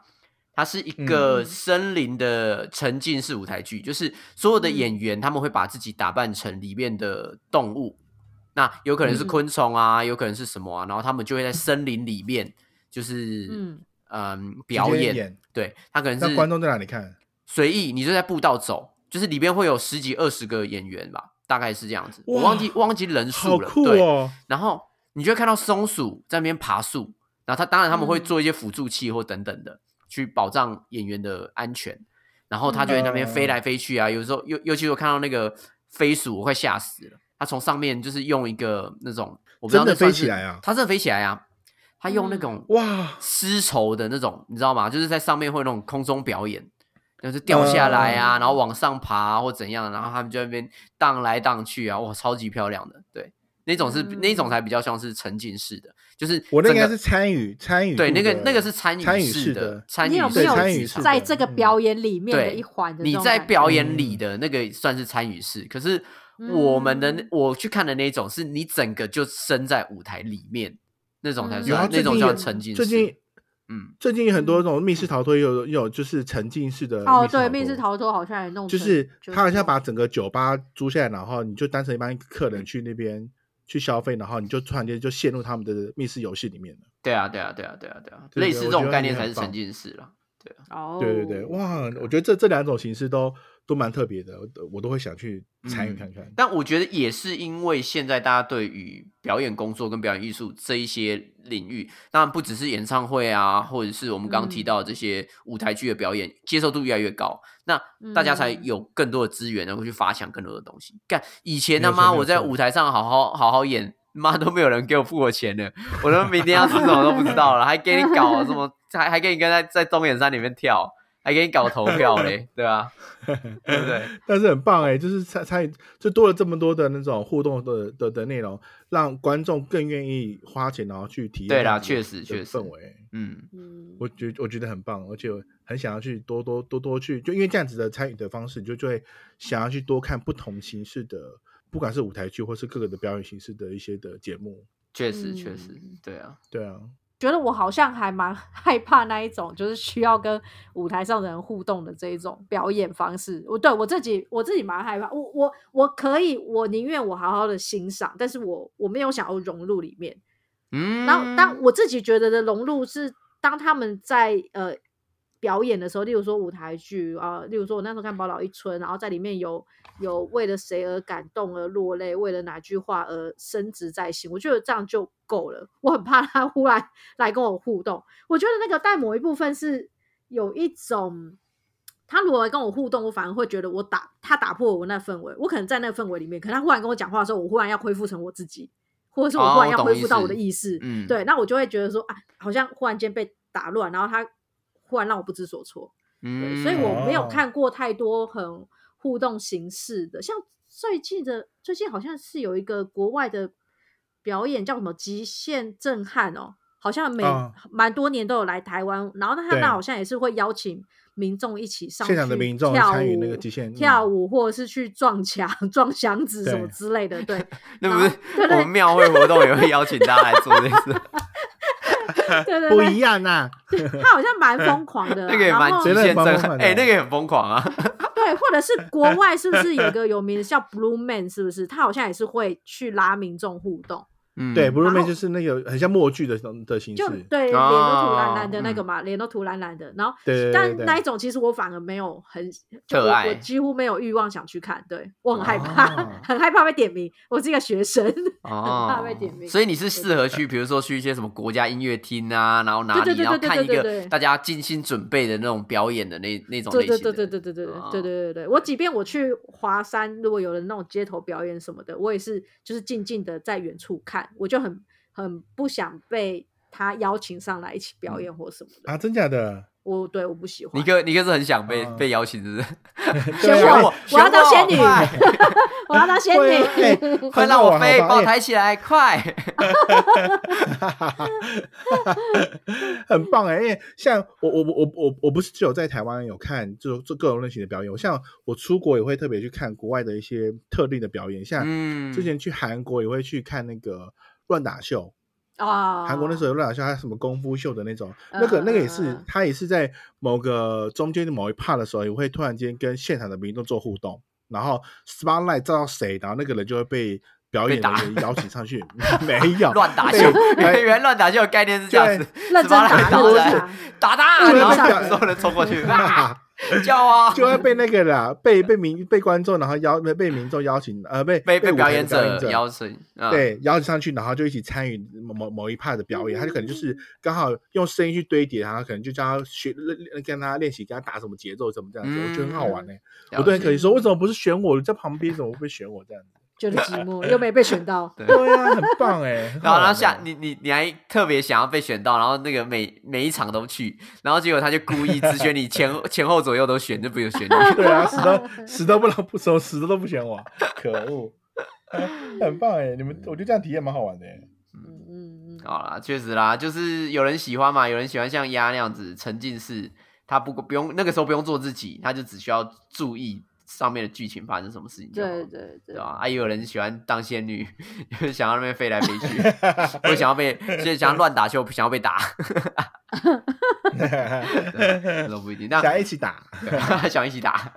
Speaker 3: 它是一个
Speaker 2: 嗯
Speaker 3: 森林的沉浸式舞台剧，就是所有的
Speaker 1: 嗯
Speaker 3: 演员他们会把自己打扮成里面的动物，那有可能是
Speaker 2: 嗯
Speaker 3: 昆虫啊，有可能是什么啊，然后他们就会在森林里面，就是嗯
Speaker 2: 嗯
Speaker 3: 表
Speaker 1: 直接
Speaker 3: 演，
Speaker 1: 演
Speaker 3: 对他可能
Speaker 1: 那
Speaker 3: 是
Speaker 1: 观众在哪里看？
Speaker 3: 随意，你就在步道走，就是里边会有十几二十个演员吧，大概是这样子，我
Speaker 1: 哇
Speaker 3: 忘记忘记人
Speaker 1: 好
Speaker 3: 数了，
Speaker 1: 酷
Speaker 3: 对。
Speaker 1: 哦！
Speaker 3: 然后你就会看到松鼠在那边爬树，然后它当然他们会
Speaker 2: 嗯
Speaker 3: 做一些辅助器或等等的，去保障演员的安全。然后它就在那
Speaker 1: 嗯
Speaker 3: 边飞来飞去啊，有时候尤尤其我看到那个飞鼠，我快吓死了。它从上面就是用一个那种，我不知道
Speaker 1: 真的
Speaker 3: 那算
Speaker 1: 飞
Speaker 3: 是
Speaker 1: 起来啊嗯
Speaker 3: 它真的飞起来啊！它用那种
Speaker 1: 哇，
Speaker 3: 丝绸的那种，你知道吗？就是在上面会有那种空中表演，就是掉下来
Speaker 2: 嗯
Speaker 3: 啊，然后往上爬、啊、或怎样，然后他们就在那边荡来荡去啊，哇，超级漂亮的。对，那种是、
Speaker 2: 嗯
Speaker 3: 那种才比较像是沉浸式的，就是
Speaker 1: 我那
Speaker 3: 整
Speaker 1: 应该
Speaker 3: 个
Speaker 1: 是参与参与
Speaker 3: 对那个
Speaker 1: 度的
Speaker 3: 那个是参
Speaker 1: 参与
Speaker 3: 式
Speaker 1: 式
Speaker 3: 的
Speaker 1: 的，
Speaker 3: 参
Speaker 2: 你
Speaker 3: 与
Speaker 2: 有
Speaker 3: 式
Speaker 2: 没
Speaker 3: 的
Speaker 2: 有
Speaker 1: 参
Speaker 3: 剧
Speaker 1: 与
Speaker 3: 场
Speaker 1: 式
Speaker 2: 在
Speaker 1: 的
Speaker 2: 这个
Speaker 1: 嗯
Speaker 2: 表演里面的
Speaker 3: 对
Speaker 2: 一环的这
Speaker 3: 你
Speaker 2: 种
Speaker 3: 在
Speaker 2: 感觉
Speaker 3: 表演里的那个算是参与式，可是我们的那、
Speaker 2: 嗯
Speaker 3: 我去看的那种是你整个就身在舞台里面那种才
Speaker 2: 嗯
Speaker 1: 有啊，
Speaker 3: 算、
Speaker 1: 最
Speaker 3: 那种
Speaker 1: 近
Speaker 3: 叫
Speaker 1: 有
Speaker 3: 沉浸式。
Speaker 1: 最近
Speaker 3: 嗯，
Speaker 1: 最近有很多那种密室逃脱，也有也有就是沉浸式的
Speaker 2: 哦，对，
Speaker 1: 密
Speaker 2: 密室逃脱好像也弄成，
Speaker 1: 就是他好像
Speaker 2: 弄
Speaker 1: 把整个酒吧租下来，然后你就当成一般客人去那边去消费，然后你就突然间就陷入他们的密室游戏里面了。
Speaker 3: 对啊，对啊，对啊，对啊，对啊，
Speaker 1: 对
Speaker 3: 类
Speaker 1: 对
Speaker 3: 似
Speaker 1: 我
Speaker 3: 这
Speaker 1: 觉
Speaker 3: 种
Speaker 1: 得
Speaker 3: 概
Speaker 1: 你
Speaker 3: 念才
Speaker 1: 很
Speaker 3: 是
Speaker 1: 棒
Speaker 3: 沉浸式了。对啊，
Speaker 2: 哦，
Speaker 1: 对对对，哇，我觉得这这两种形式都都蛮特别的，我都我都会想去参与
Speaker 3: 嗯
Speaker 1: 看看。
Speaker 3: 但我觉得也是因为现在大家对于表演工作跟表演艺术这一些领域，当然不只是演唱会啊，或者是我们刚刚提
Speaker 2: 嗯
Speaker 3: 到的这些舞台剧的表演，接受度越来越高，那大家才
Speaker 2: 嗯
Speaker 3: 有更多的资源，能够去发想更多的东西。干，以前
Speaker 1: 没有
Speaker 3: 他
Speaker 1: 错
Speaker 3: 妈
Speaker 1: 没有
Speaker 3: 我在
Speaker 1: 错
Speaker 3: 舞台上好好好好演。妈都没有人给我付我钱了，我都明天要吃什么都不知道了，还给你搞什
Speaker 2: <laughs>
Speaker 3: 么，还还给你跟在在东眼山里面跳，还给你搞投票嘞，对吧、
Speaker 2: <laughs>
Speaker 3: 对不对？
Speaker 1: 但是很棒哎、就是参参与就多了这么多的那种互动的的的内容，让观众更愿意花钱然后去体验
Speaker 3: 对
Speaker 1: 这样
Speaker 3: 啦
Speaker 1: 子
Speaker 3: 确
Speaker 1: 的
Speaker 3: 实
Speaker 1: 的
Speaker 3: 确实
Speaker 1: 氛围，
Speaker 3: 嗯，
Speaker 2: 嗯，
Speaker 1: 我觉我觉得很棒，而且我很想要去多多多多去，就因为这样子的参与的方式，你就就会想要去多看不同形式的，不管是舞台剧或是各个的表演形式的一些的节目，
Speaker 3: 确实确实
Speaker 2: 嗯，
Speaker 3: 对啊，
Speaker 1: 对啊，
Speaker 2: 觉得我好像还蛮 <laughs> 害怕那一种，就是需要跟舞台上的人互动的这一种表演方式。我对我自己，我自己蛮害怕。我我我可以，我宁愿我好好的欣赏，但是我我没有想要融入里面。
Speaker 3: 嗯，
Speaker 2: 然后，但我自己觉得的融入是，当他们在呃表演的时候，例如说舞台剧啊、例如说我那时候看《宝岛一村》，然后在里面有有为了谁而感动而落泪，为了哪句话而升职在心，我觉得这样就够了。我很怕他忽然来跟我互动，我觉得那个带某一部分是有一种。他如果来跟我互动，我反而会觉得我打他打破我那氛围，我可能在那氛围里面，可他忽然跟我讲话的时候，我忽然要恢复成我自己，或者是我
Speaker 3: 哦
Speaker 2: 忽然
Speaker 3: 我
Speaker 2: 要
Speaker 3: 懂
Speaker 2: 恢
Speaker 3: 意
Speaker 2: 复到我
Speaker 3: 思
Speaker 2: 的意识，
Speaker 3: 嗯，
Speaker 2: 对，那我就会觉得说啊，好像忽然间被打乱，然后他忽然让我不知所措，对，
Speaker 3: 嗯，
Speaker 2: 所以我没有
Speaker 1: 哦
Speaker 2: 看过太多很互动形式的，像最近的最近好像是有一个国外的表演叫什么《极限震撼》哦，好像每
Speaker 1: 啊
Speaker 2: 蛮、多年都有来台湾，然后那他
Speaker 1: 对
Speaker 2: 们好像也是会邀请民众一起上
Speaker 1: 现场的
Speaker 2: 去
Speaker 1: 民众
Speaker 2: 跳
Speaker 1: 参与那个
Speaker 2: 舞
Speaker 1: 极限
Speaker 2: 跳
Speaker 1: 嗯
Speaker 2: 舞，或者是去撞墙、 <laughs> 撞箱子什么
Speaker 1: 对
Speaker 2: 之类
Speaker 1: <laughs>
Speaker 2: 的，对，
Speaker 3: 那
Speaker 2: 然后
Speaker 3: 不
Speaker 2: 啊
Speaker 3: 是我们庙会活动也会邀请大家来做这事，
Speaker 2: 对对
Speaker 1: 不
Speaker 2: 对，
Speaker 1: 一样啊呐、
Speaker 2: 他好像蛮疯狂的啦，啊
Speaker 3: <laughs> <laughs> 那个也
Speaker 2: 然
Speaker 3: 蛮
Speaker 2: 后
Speaker 3: 极
Speaker 1: 真的
Speaker 3: 限震
Speaker 1: 很
Speaker 3: 撼，
Speaker 1: 疯狂
Speaker 3: 哎，
Speaker 1: 的
Speaker 3: 那个也很
Speaker 2: <laughs>
Speaker 3: 疯狂啊，
Speaker 2: 对，或者是国外是不是有一个有名的叫 Blue Man，是不是？他好像也是会去拉民众互动，
Speaker 3: 嗯，
Speaker 1: 对，不入
Speaker 2: 然
Speaker 1: 面
Speaker 2: 后
Speaker 1: 就是那个很像默剧的那种的形式
Speaker 2: 就，对脸都涂蓝蓝的那个
Speaker 3: 哦
Speaker 2: 嘛，脸都涂蓝蓝的。然后，
Speaker 1: 对对对
Speaker 2: 但
Speaker 1: 对
Speaker 2: 那一种其实我反而没有很就
Speaker 3: 特
Speaker 2: 我
Speaker 3: 爱
Speaker 2: 我几乎没有欲望想去看，对我很害怕，
Speaker 1: 哦
Speaker 2: <laughs> 很害怕被点名。我是一个学生， <laughs> 很怕
Speaker 3: 哦
Speaker 2: 被点，名
Speaker 3: 所以你是适合去，比如说去一些什么国家音乐厅啊，然后哪
Speaker 2: 对对
Speaker 3: 里，
Speaker 2: 对
Speaker 3: 然后
Speaker 2: 对
Speaker 3: 看一
Speaker 2: 对对
Speaker 3: 个
Speaker 2: 对
Speaker 3: 大家精心准备的那种表演的那那种类
Speaker 2: 对对对
Speaker 3: 型的，嗯
Speaker 2: 对对对对对对对对对对，我即便我去华山，如果有人那种街头表演什么的，我也是就是静静的在远处看，我就很很不想被他邀请上来一起表演或什么的。
Speaker 1: 啊，真假的？
Speaker 2: 我对我不喜欢
Speaker 3: 嗯你，哥，你哥是很想被
Speaker 1: 哦
Speaker 3: 被邀请，是不是？
Speaker 1: 对
Speaker 2: 选
Speaker 1: 啊
Speaker 2: <laughs> 我
Speaker 3: 选
Speaker 2: 要当仙女
Speaker 3: 快
Speaker 2: 我要当仙
Speaker 1: 对啊哎
Speaker 2: 女。 <laughs>
Speaker 1: 很
Speaker 3: 快让
Speaker 1: 好
Speaker 3: 我
Speaker 1: 玩 <laughs>
Speaker 3: 飞，
Speaker 1: 好
Speaker 3: 把
Speaker 1: 吧
Speaker 3: 我
Speaker 1: 哎
Speaker 3: 抬起来，
Speaker 1: <laughs>
Speaker 3: 快！
Speaker 1: <laughs> 很棒哎、因为像我我我我我我不是只有在台湾有看这种这各种类型的表演，我像我出国也会特别去看国外的一些特定的表演，像
Speaker 3: 嗯，
Speaker 1: 之前去韩国也会去看那个乱打秀，
Speaker 3: <laughs>
Speaker 2: 啊，
Speaker 1: 韩国那时
Speaker 2: 候
Speaker 1: 候有乱打秀，还有什么功夫秀的那种，那个那个也是
Speaker 2: 嗯
Speaker 1: 他也是在某个中间的某一 part 的时候，也会突然间跟现场的民众做互动，然后 spotlight 照到谁，然后那个人就会被。表演
Speaker 3: 被打
Speaker 1: 人员邀请上去，没有
Speaker 3: 乱打
Speaker 1: 被
Speaker 3: 秀，
Speaker 1: 被
Speaker 3: 原来乱打秀的概念是这样 <laughs> 子，
Speaker 2: 认真打
Speaker 3: 什么来
Speaker 2: 认
Speaker 3: 打
Speaker 2: 真
Speaker 3: 来
Speaker 2: 打，
Speaker 3: 打他，
Speaker 1: 对
Speaker 3: 然
Speaker 1: 那
Speaker 3: 后
Speaker 1: 个
Speaker 3: 所有人冲
Speaker 1: <laughs>
Speaker 3: 过去，啊叫啊， <laughs>
Speaker 1: 就会被那个啦，被被民被观众，然后邀被民众邀请，呃，被
Speaker 3: 被被
Speaker 1: 舞台
Speaker 3: 表
Speaker 1: 的
Speaker 3: 演
Speaker 1: 者
Speaker 3: 者邀请，嗯，
Speaker 1: 对邀请上去，然后就一起参与某某某一派的表
Speaker 3: 嗯
Speaker 1: 演，他就可能就是刚好用声音去堆叠，然后可能就教他学跟他练习，跟他打什么节奏，怎么这样子，我觉得很好玩呢、
Speaker 3: 嗯
Speaker 1: 欸
Speaker 3: 了
Speaker 1: 我对
Speaker 3: 解
Speaker 1: 很可以说，为什么不是选我？在旁边怎么会选我这样子？
Speaker 2: 觉得寂寞，又没被选到。
Speaker 3: <laughs> 对
Speaker 1: 对啊，很棒哎、很好
Speaker 3: <laughs> 然后，然后
Speaker 1: 玩
Speaker 3: 下
Speaker 1: 欸
Speaker 3: 你你你还特别想要被选到，然后那个每每一场都去，然后结果他就故意只选你前前后左右都选，就不用选你。 <laughs>
Speaker 1: 对啊，死都死都不能不手，死都都不选我，可
Speaker 3: <laughs>
Speaker 1: 恶！很棒哎、你们我觉得这样体验蛮好玩的、欸。 <laughs>
Speaker 2: 嗯嗯嗯，
Speaker 3: 好啦，确实啦，就是有人喜欢嘛，有人喜欢像鸭那样子沉浸式，他不不用那个时候不用做自己，他就只需要注意上面的剧情发生什么事情就好了
Speaker 2: 嗯对对对
Speaker 3: 对吧、啊？也有人喜欢当仙女， <laughs>
Speaker 1: <laughs>
Speaker 3: 有人想要那边飞来飞去，或者想要被，就是想要乱打秀，想要被打。 <laughs> 对都不一定。但
Speaker 1: 想一起打，
Speaker 3: 嗯对 <laughs> 想一起打，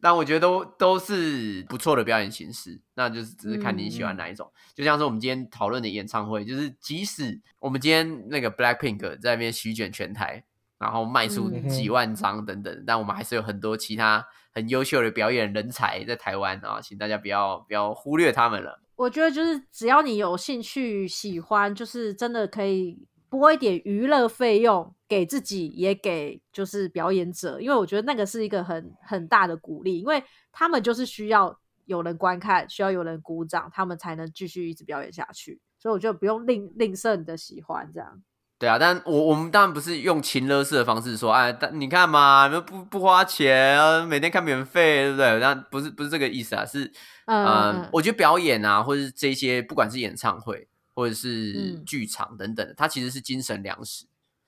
Speaker 3: 但我觉得都都是不错的表演形式，那就是只是看你喜欢哪一种。就像是我们今天讨论的演唱会，就是即使我们今天那个 Blackpink 在那边席卷全台，然后卖出
Speaker 2: 嗯
Speaker 1: 哼
Speaker 3: 几万张等等，但我们还是有很多其他很优秀的表演人才在台湾啊，请大家不要不要忽略他们了。
Speaker 2: 我觉得就是只要你有兴趣、喜欢，就是真的可以拨一点娱乐费用给自己，也给就是表演者，因为我觉得那个是一个很很大的鼓励，因为他们就是需要有人观看，需要有人鼓掌，他们才能继续一直表演下去。所以我觉得不用吝吝啬你的喜欢，这样
Speaker 3: 对啊，但我我们当然不是用情勒式的方式说，哎，但你看嘛，你们不不花钱，呃每天看免费，对不对？但不是不是这个意思啊，是
Speaker 2: 嗯
Speaker 3: 呃
Speaker 2: 嗯，
Speaker 3: 我觉得表演啊，或者是这些，不管是演唱会或者是
Speaker 2: 嗯
Speaker 3: 剧场等等的，它其实是精神粮食，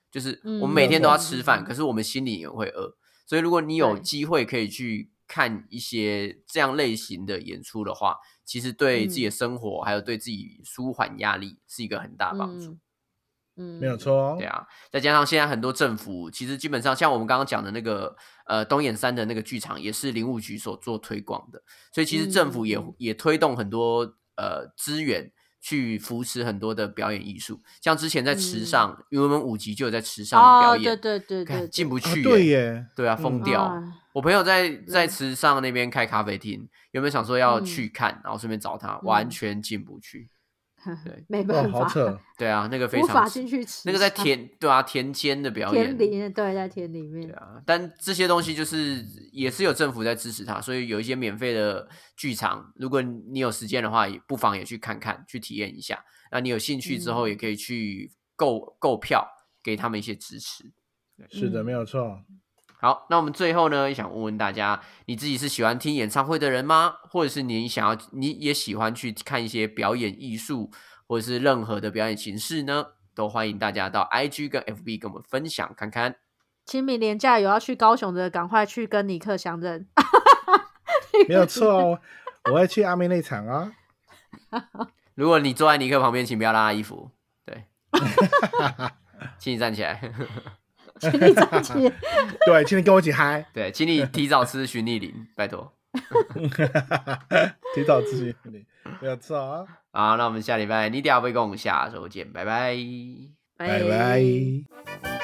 Speaker 3: 就是
Speaker 2: 嗯
Speaker 3: 我们每天都要吃
Speaker 2: 嗯
Speaker 3: 饭，
Speaker 2: 嗯
Speaker 3: 可是我们心里也会饿，所以如果你有
Speaker 2: 对
Speaker 3: 机会可以去看一些这样类型的演出的话，其实对
Speaker 2: 嗯
Speaker 3: 自己的生活还有对自己舒缓压力是一个很大的帮助。
Speaker 2: 嗯嗯，
Speaker 1: 没有错哦。
Speaker 3: 对啊，再加上现在很多政府其实基本上像我们刚刚讲的那个呃东眼山的那个剧场，也是林务局所做推广的，所以其实政府也、
Speaker 2: 嗯嗯
Speaker 3: 也推动很多呃资源去扶持很多的表演艺术，像之前在池上，因为我们五级就有在池上
Speaker 2: 嗯
Speaker 3: 表
Speaker 2: 哦，
Speaker 3: 演，
Speaker 2: 对对对
Speaker 3: 看
Speaker 2: 对，
Speaker 3: 进不
Speaker 1: 啊
Speaker 3: 去、
Speaker 1: 对，耶，
Speaker 3: 对啊，
Speaker 1: 嗯
Speaker 3: 疯掉。
Speaker 2: 啊
Speaker 3: 我朋友在在池上那边开咖啡厅，原本想说要
Speaker 2: 嗯
Speaker 3: 去看，然后顺便找他，完全进不去。
Speaker 2: <laughs>
Speaker 3: 对
Speaker 2: 没
Speaker 1: 哇，
Speaker 2: 办法，
Speaker 1: 哦好扯，
Speaker 3: 对啊，那个非
Speaker 2: 无法
Speaker 3: 常
Speaker 2: 进去吃。
Speaker 3: 那个在田对啊田间的表演
Speaker 2: 田，里面，对，在田里面
Speaker 3: 对。啊，但这些东西就是也是有政府在支持它，所以有一些免费的剧场，如果你有时间的话，也不妨也去看看，去体验一下。那你有兴趣之后，
Speaker 2: 嗯
Speaker 3: 也可以去购购票，给他们一些支持。
Speaker 1: 是的，
Speaker 2: 嗯
Speaker 1: 没有
Speaker 3: <laughs>
Speaker 1: 错。
Speaker 3: 好，那我们最后呢，也想问问大家，你自己是喜欢听演唱会的人吗？或者是你想要，你也喜欢去看一些表演艺术，或者是任何的表演形式呢？都欢迎大家到 IG 跟 FB 跟我们分享看看。
Speaker 2: 清明年假有要去高雄的，赶快去跟尼克相认。 <laughs>
Speaker 1: 没有错哦，我会去阿妹那场啊。
Speaker 3: 如果你坐在尼克旁边，请不要拉他衣服，对，请你站起来， <laughs>
Speaker 2: 请你站起来，
Speaker 1: 对，请你跟我一起嗨， <laughs>
Speaker 3: 对，请你提早吃徐逆林，拜托。
Speaker 1: 提早自己，没有错啊。
Speaker 3: 好，那我们下礼拜你屌被共下周见，拜拜。
Speaker 2: 哎
Speaker 1: 拜拜。